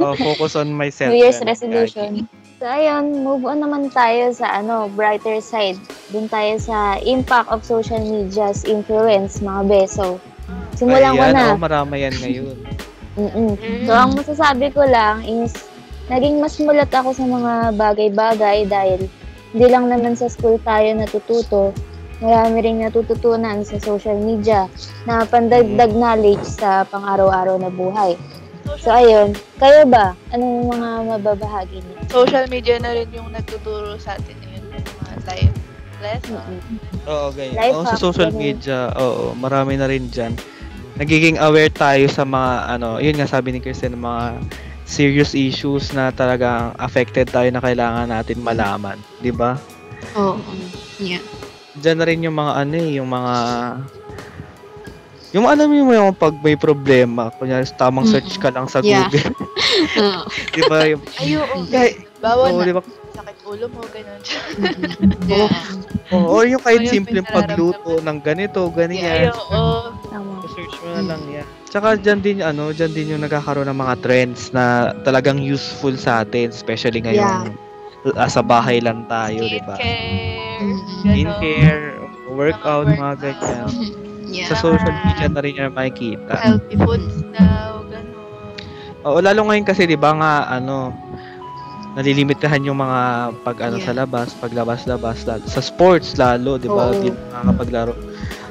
C: oh, focus on myself.
F: New Year's
C: ganun,
F: resolution. So, ayun, move on naman tayo sa ano, brighter side. Dun tayo sa impact of social media's influence, mga beso.
C: lagi.
F: Simulan ko
C: Ayan,
F: na.
C: oh, marama yan ngayon.
F: Mm-mm. So, ang masasabi ko lang is, naging mas mulat ako sa mga bagay-bagay dahil hindi lang naman sa school tayo natututo. Marami rin natututunan sa social media na pandagdag knowledge sa pang-araw-araw na buhay. So,
B: Social,
F: ayun. Kayo ba? Anong mga mababahagi niyo?
B: social media na rin yung nagtuturo sa atin ngayon ng mga life lessons.
F: Mm-mm.
C: Oo, ganyan.
F: Life
C: Oo, sa
F: hack,
C: social
F: ganun.
C: media, oo, marami na rin dyan. Nagiging aware tayo sa mga, ano, yun nga sabi ni Kristen, mga serious issues na talagang affected tayo na kailangan natin malaman. di ba?
A: Oo.
C: Diyan na rin yung mga ano eh, yung mga yung alam mo yung pag may problema, kunyari tamang search ka lang sa
A: Yeah.
C: Google, di ba? Yung,
B: Ay, oo.
C: Kay-
B: Bawal
C: oo,
B: na.
C: di ba?
B: Sakit ulo mo, ganun.
A: Yeah.
C: Oo, yung kahit
B: Ayun,
C: simpleng
B: may nararamdaman.
C: pagluto ng ganito, ganyan.
B: Ay, oo.
F: Tama.
C: Search mo na lang yan. Tsaka dyan din, ano, dyan din yung nagkakaroon ng mga trends na talagang useful sa atin, especially ngayon. ah, sa bahay lang tayo, di ba?
B: Skincare.
A: Mm.
B: Skincare.
C: Skincare, workout, mga
B: workout.
C: ganyan.
A: Yeah.
C: Sa social media na rin yan makikita.
B: Healthy foods daw, ganun.
C: Oo, lalo ngayon kasi, di ba nga, ano, nalilimitahan yung mga pag ano sa labas, paglabas-labas lalo. Sa sports lalo, 'di ba?
F: Oo.
C: Di na nakakapaglaro.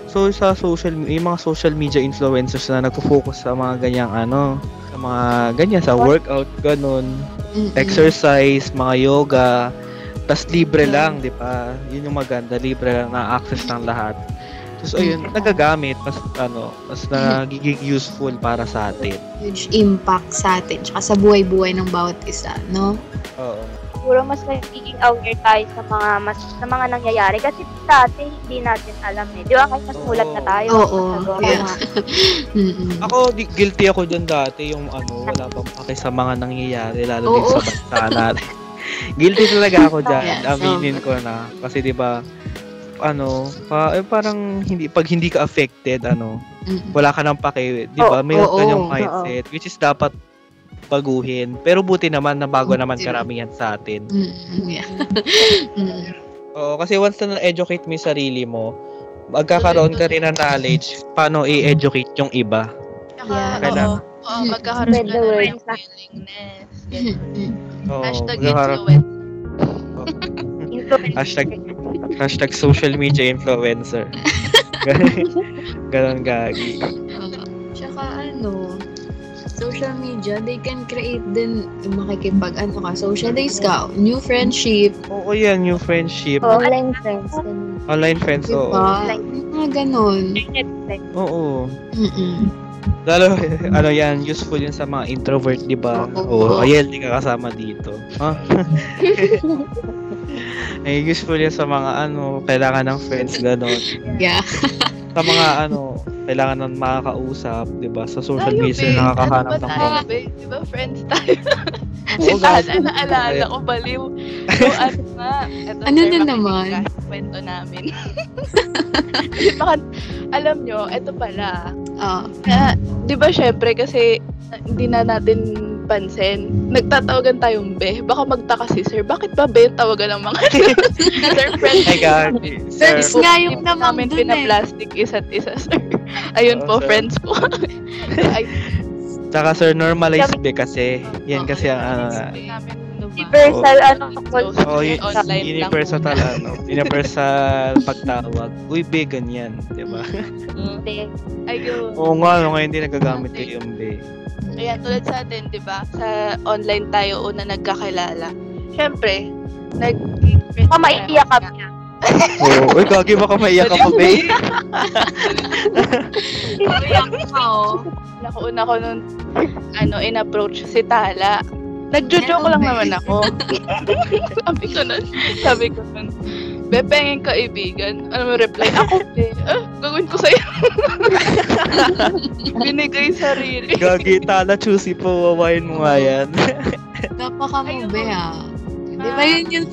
C: So sa social yung mga social media influencers na nagfo-focus sa mga ganyang ano, sa mga ganyan sa workout ganun, exercise, mga yoga, tas libre lang, 'di ba? Yun yung maganda, libre lang na access ng lahat. Tapos ayun, nagagamit mas ano, mas nagiging useful para sa atin.
A: Huge impact sa atin, tsaka sa buhay-buhay ng bawat isa, no?
C: Oo.
D: Siguro mas nagiging aware tayo sa mga mas sa mga nangyayari kasi dati hindi natin alam eh. Di ba? Kahit mas mulat na tayo.
A: Oo.
D: masagot.
A: Yeah.
F: Tama.
A: Mm-mm.
C: Ako, di- guilty ako dyan dati, yung ano, wala pang pake sa mga nangyayari, lalo
A: Oo.
C: din sa bansa natin. Guilty talaga ako dyan.
A: Yes.
C: Aminin ko na. Kasi di ba ano, pa, eh, parang hindi pag hindi ka affected, ano,
A: Mm.
C: wala ka nang pake, di ba?
A: Oo,
C: Mayroon
A: oo,
C: ka niyang mindset, which is dapat baguhin. Pero buti naman na bago naman karamihan sa atin.
A: Mm, yeah. Mm.
C: Oo, kasi once na na-educate mo yung sarili mo, magkakaroon ka rin ng knowledge paano i-educate yung iba.
B: Tsaka,
A: Yeah.
B: oo, oo, magkakaroon
F: Spread
B: ka
F: the
B: na
F: word.
B: ng willingness. Ganun.
C: Oo,
B: Hashtag
C: magkakaroon-
B: influence.
D: Influencer.
C: Hashtag- Hashtag social media influencer. Ganon gagi.
A: Tsaka ano, social media, they can create din yung makikipag, ano ka, socialize ka, new friendship,
C: Oo yan, new friendship.
F: Oh, online friends. Ganun.
C: Online friends,
B: diba?
A: di
C: oo.
A: ba?
D: Like-
A: Yung Mga ganun.
D: Internet friend.
C: Oo.
A: Mm-mm.
C: Lalo, ano yan, useful yun sa mga introvert, di ba?
A: Oo.
C: Oo. Ayan, di ka kasama dito. Ha? Ay, useful yan sa mga ano, kailangan ng friends, ganon.
A: Yeah.
C: Sa mga ano, kailangan ng makakausap, di ba? Sa social
B: Tayo,
C: media,
B: babe.
C: nakakahanap
B: ano ba
C: ng
B: tayo,
C: mga.
B: babe? Di ba friends tayo?
C: Oo,
B: Naalala,
C: gagi.
B: naalala ko baliw. So, ano nga. Eto,
A: Ano na
B: sir, makinig
A: naman?
B: ka sa Kwento namin. Baka, alam nyo, eto pala.
A: Ah,
B: Na, di ba syempre kasi na- hindi na natin pansin. Nagtatawagan tayong be. Baka magtaka si sir. Bakit ba be ang tawagan ng mga sir friends?
C: Ay, gagi. Sir,
A: Friends nga yung namang
B: namin
A: dun eh.
B: pinaplastic isa't isa, sir. Ayun
C: Oo, Oh,
B: po,
C: sir.
B: friends po. Ay,
C: Tsaka sir, normalize be kasi. Yan
B: oo,
C: kasi ang ano.
B: sabi namin, ano ba?
D: Universal,
B: Oo.
D: ano, call.
C: Oh, yun,
B: Online lang
C: universal
B: muna.
C: talaga, ano. Universal pagtawag. Uy, be, ganyan. Di ba?
B: Ay, yun.
C: Oo nga, no, ngayon hindi nagagamit ko yung be.
B: Ayan, tulad sa atin, di ba? Sa online tayo una nagkakilala. Syempre, nag
D: Baka maiiyak ka.
C: Oo, uy, gagi, baka maiyak ako, be.
B: Nakuuna ko nun, ano, in-approach si Tala. Nagjo-joke lang naman ako. sabi ko nun, sabi ko nun, Be, pengen kaibigan. Ano mo reply? Ako, be. Ah, gagawin ko sa'yo. Binigay sarili.
C: Gagi, tala, choosy po, wawain mo nga yan.
A: napaka mo
B: Ayun.
A: be ah. Di ba yun yung,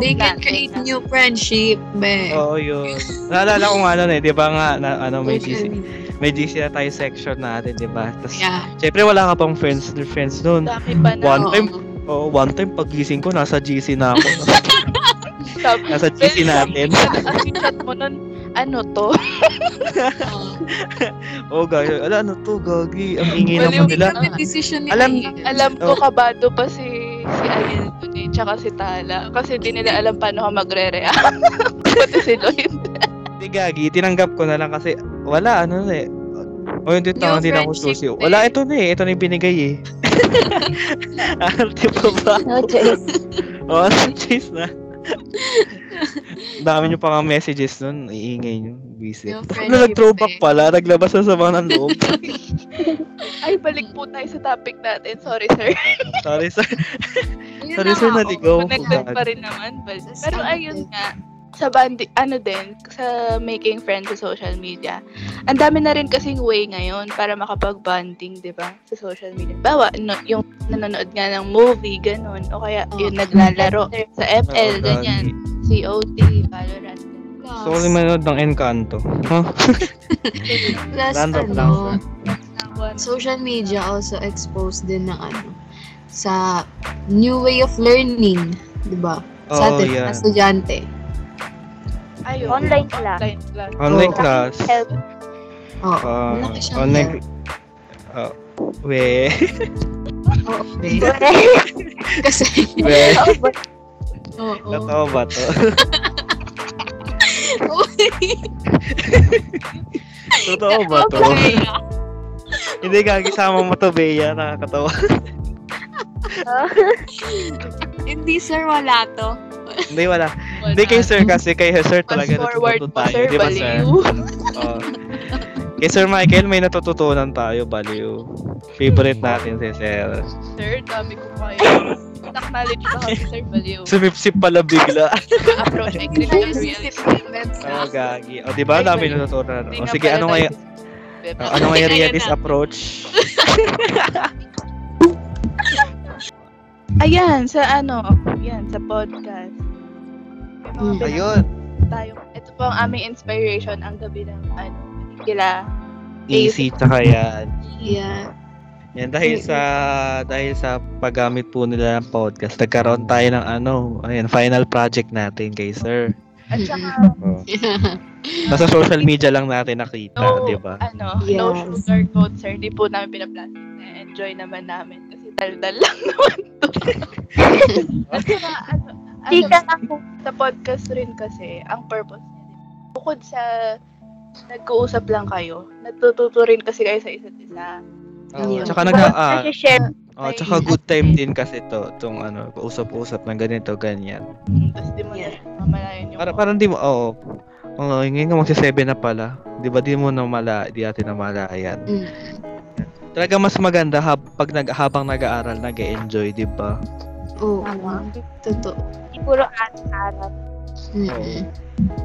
A: they can create new friendship, be.
C: Oo, yun. Naalala ko nga nun eh, di ba nga, na, ano, may
A: Social
C: GC,
A: media.
C: may GC na tayo section natin, di ba? Tapos,
A: Yeah.
C: syempre, wala ka pang friends, friends nun.
B: Dami pa na.
C: One
A: Oo.
C: time, oo, one time, pagising ko, nasa GC na ako.
B: Sabi,
C: nasa GC natin.
B: Ang chat mo nun, ano to?
A: Oo.
C: Oo, gagi, ala, ano to, gagi, ang ingi
B: Baliw
C: naman nila.
A: Grabe decision nila.
C: Alam-
A: eh.
B: Alam
C: Oh.
B: ko kabado pa si si Ariel dun eh, tsaka si Tala. Kasi di nila alam paano ka magre-react. Pati si Lloyd.
C: Hindi, gagi, tinanggap ko na lang kasi, wala, ano na eh. O yung dito,
A: New
C: hindi na ako
A: friendship, eh.
C: susi. Wala, ito na eh. Ito na yung binigay eh. Arte pa ba?
F: No choice.
C: Oo, oh, cheese na. Ang Dami nyo pa mga messages nun. Iingay nyo. Busy.
A: New
C: Ano, nag-throwback
A: friendship,
C: pala. Naglabas na sa mga ng loob.
B: Ay, balik po tayo sa topic natin. Sorry, sir.
C: Sorry, sir.
A: Yun
C: Sorry,
A: na Oh
C: sir.
A: nga,
C: Naligaw.
B: Connected pa rin naman. But,
A: Sa
B: pero
A: sound
B: ayun nga, sa bandi, ano din, sa making friends sa social media, ang dami na rin kasing way ngayon para makapag-bonding, di ba? Sa social media. Bawa, no, yung nanonood nga ng movie, ganun. O kaya, yung naglalaro sa FL,
C: Oo,
B: ganyan.
C: gagi.
B: COD, Valorant.
A: Plus,
C: So, yung manood ng Encanto. Huh?
A: plus
C: Random
A: ano,
C: lang, sir.
A: social media also exposed din ng ano, sa new way of learning, di ba? Sa
C: Oo,
A: atin,
C: Oh, yeah.
A: mga estudyante.
B: Ayun.
D: Online class.
C: Online
B: Online class. Oh.
A: Oo.
C: class.
D: Help.
A: Oo.
C: Ah,
A: Malaki siyang
C: online... Ah, we.
A: Oo, be. Kasi,
C: We.
A: oo.
C: Totoo ba to? Totoo ba to? Hindi ka, kasama mo to, Bea. Nakakatawa.
A: Hindi, sir, wala to.
C: Hindi, wala.
B: Wala.
C: Hindi kay sir kasi. Kay sir
B: Fast
C: talaga
B: forward
C: natututo
B: po,
C: tayo.
B: sir.
C: Di ba, sir?
B: Baliw.
C: Oo. Kay Sir Michael, may natututunan tayo, baliw. Favorite natin si Sir.
B: Sir, dami ko kayo. Technology ka kami, sir. Baliw.
C: Sumipsip pala bigla.
B: Approach English and real.
C: Oo, gagi. O, di ba?
B: Ay,
C: Dami
B: baliw.
C: natutunan.
B: Hindi
C: O,
B: nga
C: sige,
B: pala
C: ano
B: tayo
C: nga
B: Bebe.
C: Uh, ano nga yung realist approach?
B: Ayan, sa ano, yan, sa podcast. May mga pinag-
G: Ayun.
B: Tayo. Ito po ang aming inspiration ang gabi ng ano, kila.
C: Easy, tsaka yan.
B: Yeah.
C: Yan dahil sa dahil sa paggamit po nila ng podcast, nagkaroon tayo ng ano, ayan, final project natin kay sir.
B: At saka,
A: Mm.
C: Nasa social media lang natin nakita,
B: no,
C: 'di ba?
B: ano, no sugar coat, sir. Di po namin pinaplastic na enjoy naman namin. Kasi daldal lang naman to. At saka, ano, ano,
D: Chika na po.
B: sa podcast rin kasi, ang purpose niya, din, bukod sa nag-uusap lang kayo, natututo rin kasi kayo sa isa't isa.
C: Oh,
A: Ayun.
C: tsaka nag ah,
D: Nasi-share.
C: oh, tsaka good time din kasi to, tong ano, usap-usap ng ganito, ganyan.
B: Tapos di mo
A: Yeah.
B: na mamalayan yung...
C: Para parang di mo oo. Oh, ngayon nga magsi-7 na pala. 'Di ba di mo na mala, di natin na malaayan.
A: Mm.
C: Talaga mas maganda hab, pag nag, habang nag-aaral, nag-enjoy, 'di ba?
A: Oo.
D: Tama.
A: Totoo.
D: Hindi puro araw-araw.
A: Mm-mm.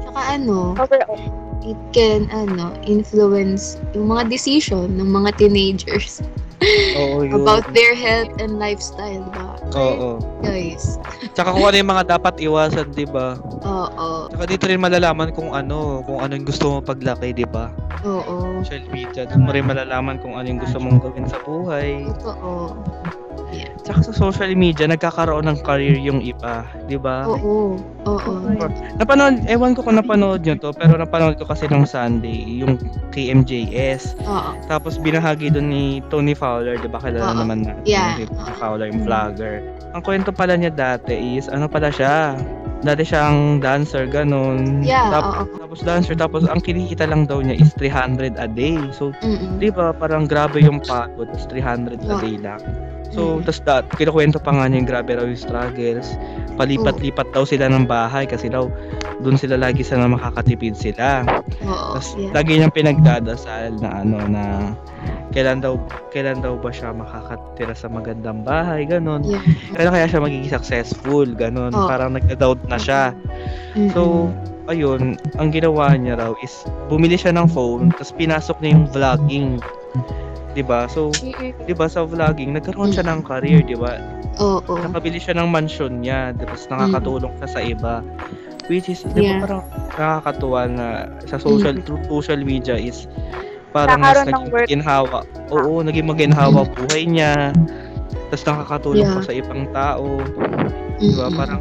A: Tsaka ano,
D: Overall.
A: it can, ano, influence yung mga decision ng mga teenagers
C: Oo, yun.
A: about their health and lifestyle, ba?
C: Oo.
A: Guys.
C: Tsaka kung ano yung mga dapat iwasan, di ba?
A: Oo.
C: Tsaka dito rin malalaman kung ano, kung anong gusto mo paglaki, di ba?
A: Oo.
C: Social media, doon mo rin malalaman kung ano yung gusto mong gawin sa buhay.
A: Totoo.
C: Tsaka sa social media, nagkakaroon ng career yung iba, di ba?
A: Oo. Oo.
C: Napanood, ewan ko kung napanood nyo to, pero napanood ko kasi nung Sunday, yung KMJS.
A: Oo.
C: Tapos binahagi doon ni Tony Fowler, di ba? Kilala
A: Oo.
C: naman natin
A: Yeah. Mm.
C: si Tony Fowler, yung vlogger. Ang kwento pala niya dati is, ano pala siya? Dati siyang dancer, ganun.
A: Yeah,
C: Tap-
A: oo.
C: Tapos dancer, tapos ang kinikita lang daw niya is 300 a day. So,
A: Mm-mm.
C: di ba, parang grabe yung pagod, tapos 300 a
A: Oo.
C: day lang. So,
A: Mm.
C: tas da, kinukwento pa nga niya yung grabe raw yung struggles. Palipat-lipat daw sila ng bahay kasi daw doon sila lagi sana makakatipid sila.
A: Oo.
C: Tapos
A: Yeah.
C: lagi niyang pinagdadasal na ano na kailan daw kailan daw ba siya makakatira sa magandang bahay, ganun.
A: Yeah. Oh.
C: Kailan kaya siya magiging successful, ganun.
A: Oo.
C: Parang nagda-doubt na siya.
A: Mm-mm.
C: So, ayun, ang ginawa niya raw is bumili siya ng phone, tapos pinasok niya yung vlogging. 'Di ba? So, 'di ba sa vlogging nagkaroon siya ng career, 'di ba?
A: Oo.
C: Nakabili siya ng mansion niya, tapos nakakatulong siya sa iba. Which is, 'di ba
A: Yeah.
C: parang nakakatuwa na sa social through social media is parang mas
D: Nagkaroon Mm. ng
C: naging
D: work. Mm.
C: ginhawa. Oo, naging maginhawa buhay niya. Tapos nakakatulong
A: Yeah.
C: pa sa ibang tao.
A: Mm-mm.
C: Diba? Parang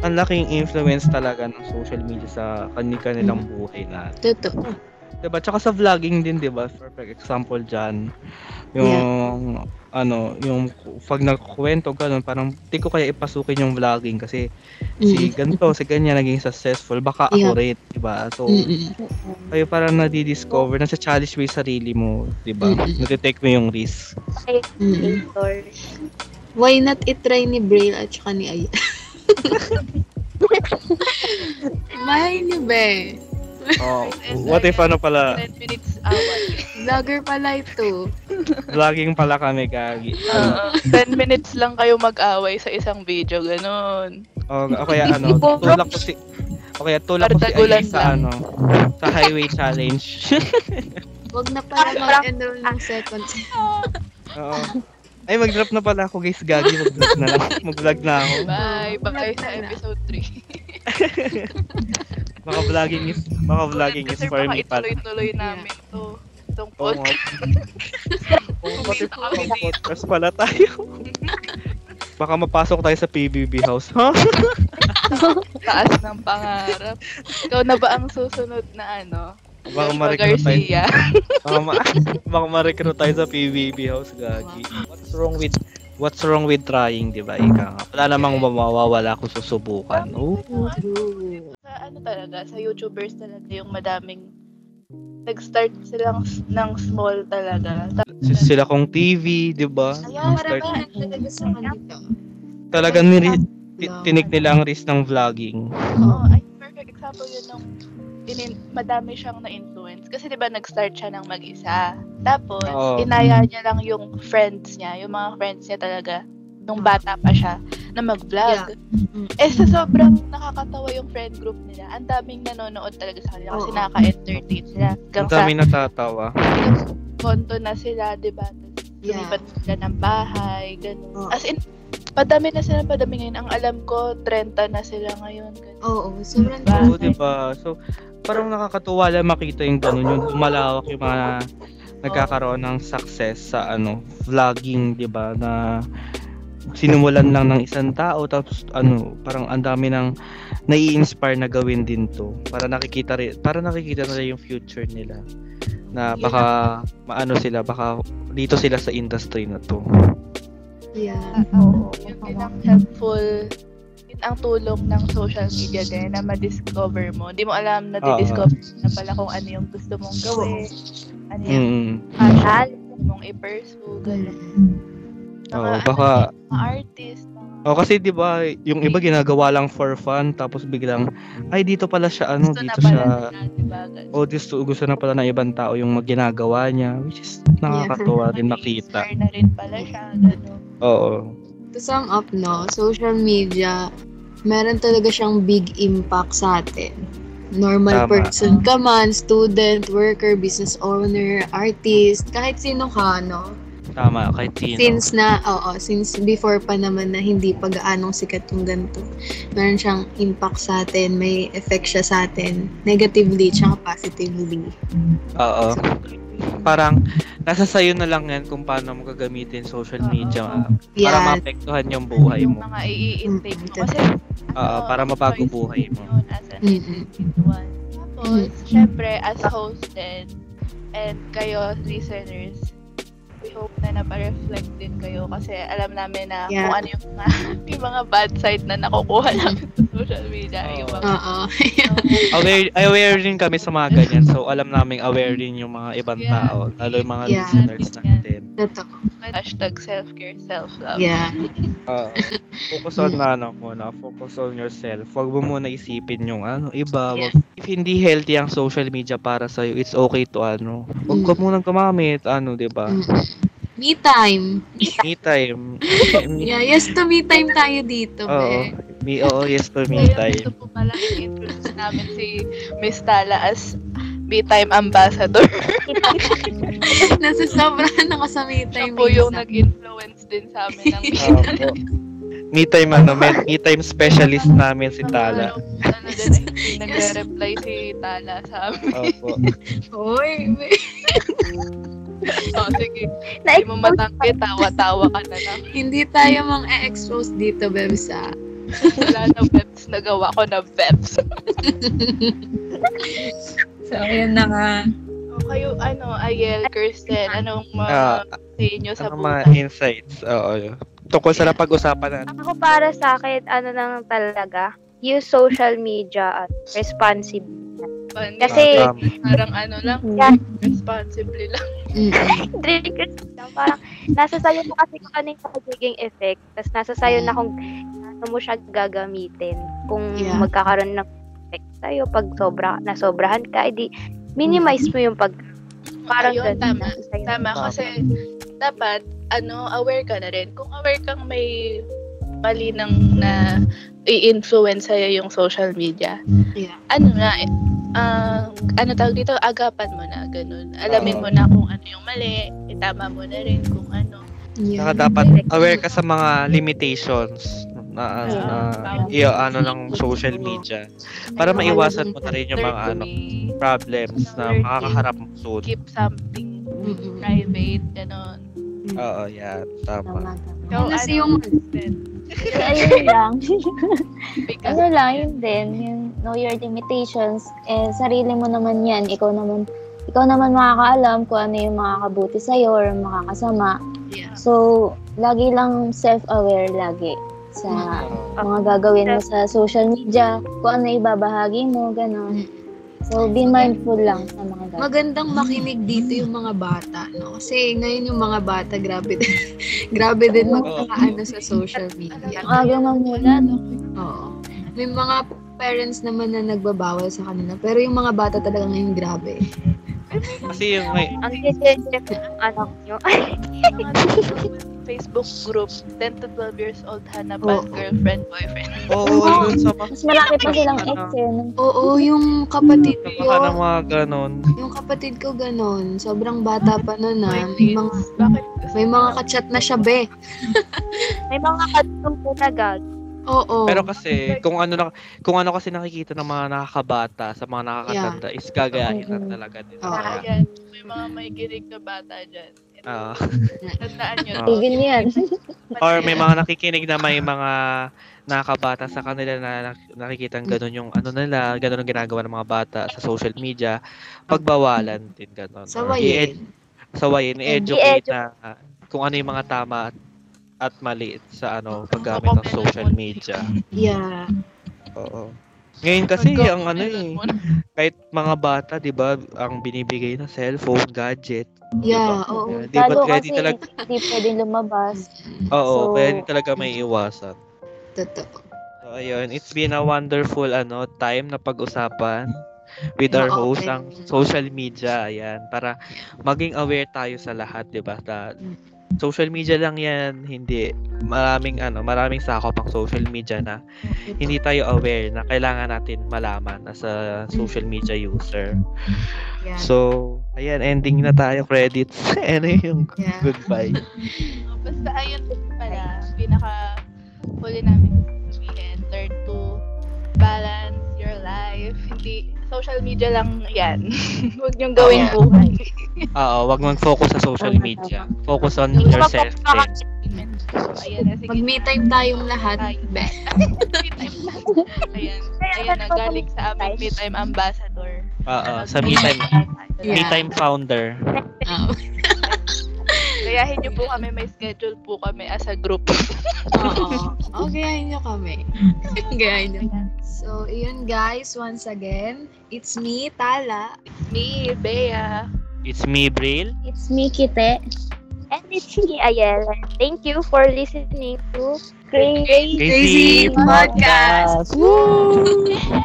C: ang laking influence talaga ng social media sa kanilang buhay na.
A: Totoo.
C: Diba? Tsaka sa vlogging din, diba? Perfect example dyan. Yung, ano, yung pag nagkwento, ganun, parang di ko kaya ipasukin yung vlogging kasi si ganito, si ganyan naging successful, baka ako
A: Yeah.
C: rin, diba? So,
A: Mm-mm.
C: kayo parang nadidiscover, nasa challenge mo yung sarili mo, diba?
A: Mm-mm.
C: Natitake mo yung risk.
A: Mm-mm. Why not itry ni Braille at saka ni Aya? Mahal niyo ba?
C: Oh,
B: And
C: what if
B: like,
C: ano pala,
B: 10 minutes awal.
A: Vlogger pala ito.
C: vlogging pala kami, Gagi.
B: Oo. 10 minutes lang kayo mag-away sa isang video, ganun.
C: O, o kaya ano,
D: Ipo-
C: tulak ko si O kaya tulak ko si
B: Pardagulan
C: Ayi sa
B: lang.
C: ano, sa highway challenge.
A: Huwag na pala
D: Parang-
A: mag-enroll ng second sem.
C: Oo. Ay, mag-drop na pala ako guys, Gagi, mag-vlog na lang. Mag-vlog na ako.
B: Bye! Bye sa episode 3.
C: Mga vlogging is, mga vlogging is
B: Kasi
C: for
B: baka
C: me pala.
B: ituloy-tuloy namin to. Itong
C: Oo
B: podcast.
C: nga. Oo, kasi
B: Tumingin kami
C: pang
B: dito.
C: podcast pala tayo. Baka mapasok tayo sa PBB house, ha?
B: Taas ng pangarap. Ikaw na ba ang susunod na ano?
C: Baka
B: Joshua
C: ma-recruit tayo.
B: Garcia.
C: Baka, ma- baka ma-recruit tayo sa PBB house, Gagi. What's wrong with What's wrong with trying, di ba? Ika nga. Wala namang mawawala kung susubukan. Oh, Oo.
B: Sa ano talaga, sa YouTubers talaga yung madaming nag-start silang s- ng small talaga. Tapos
C: Si- sila kong TV, 'di ba?
A: Ayaw,
C: Start-
A: maramahan talaga sa kanito.
C: Talagang niri- ti-
A: Lang.
C: tinik nila ang risk ng vlogging.
B: Oo, ay perfect example yun nung inin- madami siyang na-influence. Kasi di ba nag-start siya ng mag-isa. Tapos,
C: Oo.
B: inaya niya lang yung friends niya, yung mga friends niya talaga, nung bata pa siya, na mag-vlog. Eh, sa sobrang nakakatawa yung friend group nila, ang daming nanonood talaga sa kanila kasi
A: Oo.
B: nakaka-entertain sila. Hanggang
C: Ang
B: sa
C: dami natatawa.
B: konto na sila, di ba? Tapos,
A: Yeah.
C: Oh.
B: Lumipat sila ng bahay, ganun.
A: Oo.
B: As in, Padami na sila, padami ngayon. Ang alam ko, 30 na sila ngayon. Ganun.
A: Oo, sobrang
B: Diba?
A: dami.
C: Oo, di ba? So, parang nakakatuwa lang makita yung ganun, yung lumalawak yung mga nagkakaroon ng success sa ano, vlogging, di ba? Na sinumulan lang ng isang tao tapos ano, parang ang dami ng nai-inspire na gawin din to. Para nakikita rin, para nakikita nila yung future nila na baka maano sila, baka dito sila sa industry na to.
A: Yeah.
C: Oo.
B: Yung yun ang helpful, yun ang tulong ng social media din na ma-discover mo. Hindi mo alam na
C: Oo.
B: discover mo na pala kung ano yung gusto mong gawin, ano yung
C: Mm.
B: passion mong i-pursue, gano'n.
C: Hmm. Oo, baka Hmm,
B: mga artist, mga
C: O Oh, kasi 'di ba, yung iba ginagawa lang for fun tapos biglang ay dito pala siya ano,
B: gusto na
C: dito
B: pala
C: siya
B: nila, diba? Ganun.
C: o gusto, gusto na pala ng ibang tao yung magginagawa niya which is nakakatuwa din makita.
B: Mag-inspire na rin pala siya, gano'n.
C: Oo.
A: To sum up, no, social media, meron talaga siyang big impact sa atin. Normal
C: Tama.
A: person ka man, student, worker, business owner, artist, kahit sino ka, no?
C: Tama kahit sino.
A: Since na, oo, since before pa naman na hindi pa gaanong sikat yung ganito, meron siyang impact sa atin, may effect siya sa atin, negatively tsaka positively.
C: Oo. Parang nasa sayo na lang yan kung paano mo gagamitin social
B: Oo.
C: media ah, para
A: Yeah,
C: maapektuhan yung buhay
B: yung
C: mo.
B: mga i-intake mo.
C: Hmm.
A: Mm,
B: Kasi,
C: Oo, para mabago buhay mo.
B: Yun, as an
A: Mm-mm.
B: individual.
A: Mm-hmm.
B: Tapos, syempre, as host din, and kayo, listeners, we hope na napareflect din kayo kasi alam namin na
A: Yeah. Mm-hmm.
B: kung ano yung mga, yung mga bad side na nakukuha namin sa social media. Yung
C: Oo. Ah,
B: mga,
A: oo.
C: Aware, aware din kami sa mga ganyan. So alam naming aware din yung mga ibang
B: Yeah.
C: tao, lalo yung mga
A: Yeah.
C: listeners natin.
A: Totoo.
B: hashtag self-care, self-love.
A: Yeah.
C: Oo. focus on ano muna, focus on yourself. Huwag mo muna isipin yung ano, iba.
B: Yeah.
C: Wag- If hindi healthy ang social media para sa it's okay to ano. Huwag ka
A: Mm.
C: muna gumamit, ano, 'di ba?
A: Mm. Me time.
C: Me time.
A: Yeah, yes to me time tayo dito,
C: Oo.
A: man.
C: Me oo, yes to me
B: Kaya
C: time.
B: gusto po pala i-introduce namin si Miss Tala as B-Time Ambassador.
A: Nasasobrahan ako sa me
B: Siya
A: time.
B: po yung
A: minsan.
B: nag-influence din sa amin ng
C: Oo. me time ano, men- me time specialist namin si Tala.
B: Ano, ano din, eh, nagre-reply si Tala sa amin.
C: Opo.
A: Oy,
B: Oh, sige. Hindi mo
D: Na-expose
B: matangke, tawa-tawa ka na lang.
A: hindi tayo mang expose dito, Bebsa.
B: Wala na peps, nagawa ko na peps.
H: So, ayun na nga.
B: O kayo, ano, Ayel, Kirsten, anong
C: Ah,
B: mga sa inyo sa
C: ano mga
B: buhay?
C: insights? Oo. Tungkol sa napag-usapan na
D: Ako para sa akin, ano nang talaga, use social media at responsible. Kasi-
C: Ah, tama.
B: parang ano lang,
D: Yan,
B: responsibly lang.
A: Mm-mm.
D: drink it lang. Parang nasa sayo na kasi kung ano yung magiging effect. Tapos nasa sayo na kung ano mo siya gagamitin. Kung
A: Yeah.
D: magkakaroon ng effect sa'yo, pag sobra, nasobrahan ka, edi minimize mo yung pag... Parang
B: Ayun,
D: ganun,
B: tama.
D: nasa sayo.
B: Tama, kasi dapat, ano, aware ka na rin. Kung aware kang may mali nang na i-influence sa'yo yung social media,
A: Yeah.
B: ano na, eh, ah, ano tawag dito, agapan mo na, ganun. Alamin mo na kung ano yung mali, itama mo na rin kung ano.
A: Yeah.
C: Saka dapat aware ka sa mga limitations na,
B: Yeah.
C: na
B: Tama.
C: iyo ano ng social media para
A: Ano, alam
C: maiwasan mo na rin yung mga
B: Learn
C: ano
B: to be-
C: problems na
B: Learn to-
C: makakaharap mo soon.
B: keep something
A: Mm-mm.
B: private, gano'n.
C: Oo, yeah,
F: Tama,
C: tama.
F: tama.
B: Ikaw,
A: Kasi
B: ano,
A: yung
B: Kristen?
F: Kasi ayun lang.
B: Because,
F: ano lang, yun din. Yung know your limitations. Eh, sarili mo naman yan. Ikaw naman ikaw naman makakaalam kung ano yung makakabuti sa'yo or makakasama.
B: yeah.
F: So, lagi lang self-aware lagi sa
D: Mm-hmm.
F: mga gagawin mo sa social media, kung ano ibabahagi mo, gano'n. So, be mindful lang sa mga gagawin.
A: Magandang makinig dito yung mga bata, no? Kasi ngayon yung mga bata, grabe din. grabe din magkakaano sa social media.
F: Ang aga mamula, no?
A: Oo. May mga parents naman na nagbabawal sa kanila. Pero yung mga bata talaga ngayon, grabe.
C: Kasi yung may
D: Ang sensitive ng anak nyo.
B: Mga Facebook group, 10 to 12 years old,
A: Oh.
B: hanapan, girlfriend, boyfriend.
C: Oo,
F: Oo.
C: yun sa mga
F: Mas marami pa silang ex eh. no?
A: Oo, yung kapatid ko
C: baka ng mga ganon.
A: Yung kapatid ko ganun, sobrang bata pa nun
B: My
A: ah. May mga,
B: goodness, Bakit?
A: may mga kachat na siya be.
D: May mga katulong po na gag.
A: Oo.
C: Pero kasi kung ano na kung ano kasi nakikita ng mga nakakabata sa mga nakakatanda is gagayahin na
F: Oo.
C: talaga din.
A: Oo.
C: Kaya,
B: Ah, yan. May mga may ginig na bata dyan.
C: ah.
B: Tandaan nyo.
C: Ah.
F: Tigil niyan.
C: or may mga nakikinig na may mga nakakabata sa kanila na nak- nakikitang ganun yung ano nila, ganun ang ginagawa ng mga bata sa social media, pagbawalan din ganun. Or i-ed-
A: Sawayin.
C: sawayin,
D: i-educate.
C: i-educate na ah, kung ano yung mga tama at, at mali sa ano paggamit ng
B: Comment
C: social
B: mo.
C: media.
A: Yeah.
C: Oo. Ngayon kasi
B: Pag-
C: ang ano eh, kahit mga bata, 'di ba, ang binibigay na cellphone, gadget,
A: Yeah,
C: Diba?
A: oo.
C: Di ba
F: Lalo
C: kaya di
F: kasi
C: talaga
F: hindi pwedeng lumabas.
C: Oo,
F: So-
C: kaya di talaga may iwasan.
A: Totoo.
C: So, ayun, it's been a wonderful ano time na pag-usapan with our
A: Oo,
C: host
A: okay.
C: ang social media, ayan, para maging aware tayo sa lahat, 'di ba? Na social media lang 'yan, hindi maraming ano, maraming sakop ang social media na hindi tayo aware na kailangan natin malaman as a social media user.
A: Yeah.
C: So, ayan, ending na tayo credits. ano yung
A: Yeah.
C: goodbye?
B: Oh, Basta ayun pala, pinaka huli namin sabihin, learn to balance your life. Hindi, social media lang yan. Huwag niyong
C: Ah.
B: gawing
A: Oo.
B: buhay.
C: Oo, wag mag-focus sa social
F: Tama,
C: media. Focus on
B: Yung
C: yourself. din.
B: So, ayan na, sige.
A: Mag-me time tayong lahat.
B: Ay.
A: Be.
B: Me time lang. Ayan, ayan
D: Kaya
B: na,
D: ba't
B: galing sa aming me time ambassador.
C: Oo,
B: Ano,
C: Ah, sa me time, me
A: Yeah.
C: time founder.
A: Oo.
B: Gayahin niyo po kami, may schedule po kami as a group.
A: Oo. Oh, gayahin nyo kami. gayahin nyo. So, iyon guys, once again, it's me, Tala.
B: Me, Bea.
C: It's me, Bril.
F: It's me, Kite.
D: And it's me, Ayel. Thank you for listening to Crazy.
C: Crazy
A: Podcast.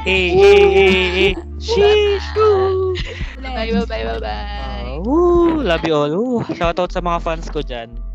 C: Hey, hey, hey, hey. Sheesh! Woo!
B: Bye, bye, bye, bye, bye.
C: Ah, woo! Love you all. Woo! Shoutout sa mga fans ko dyan.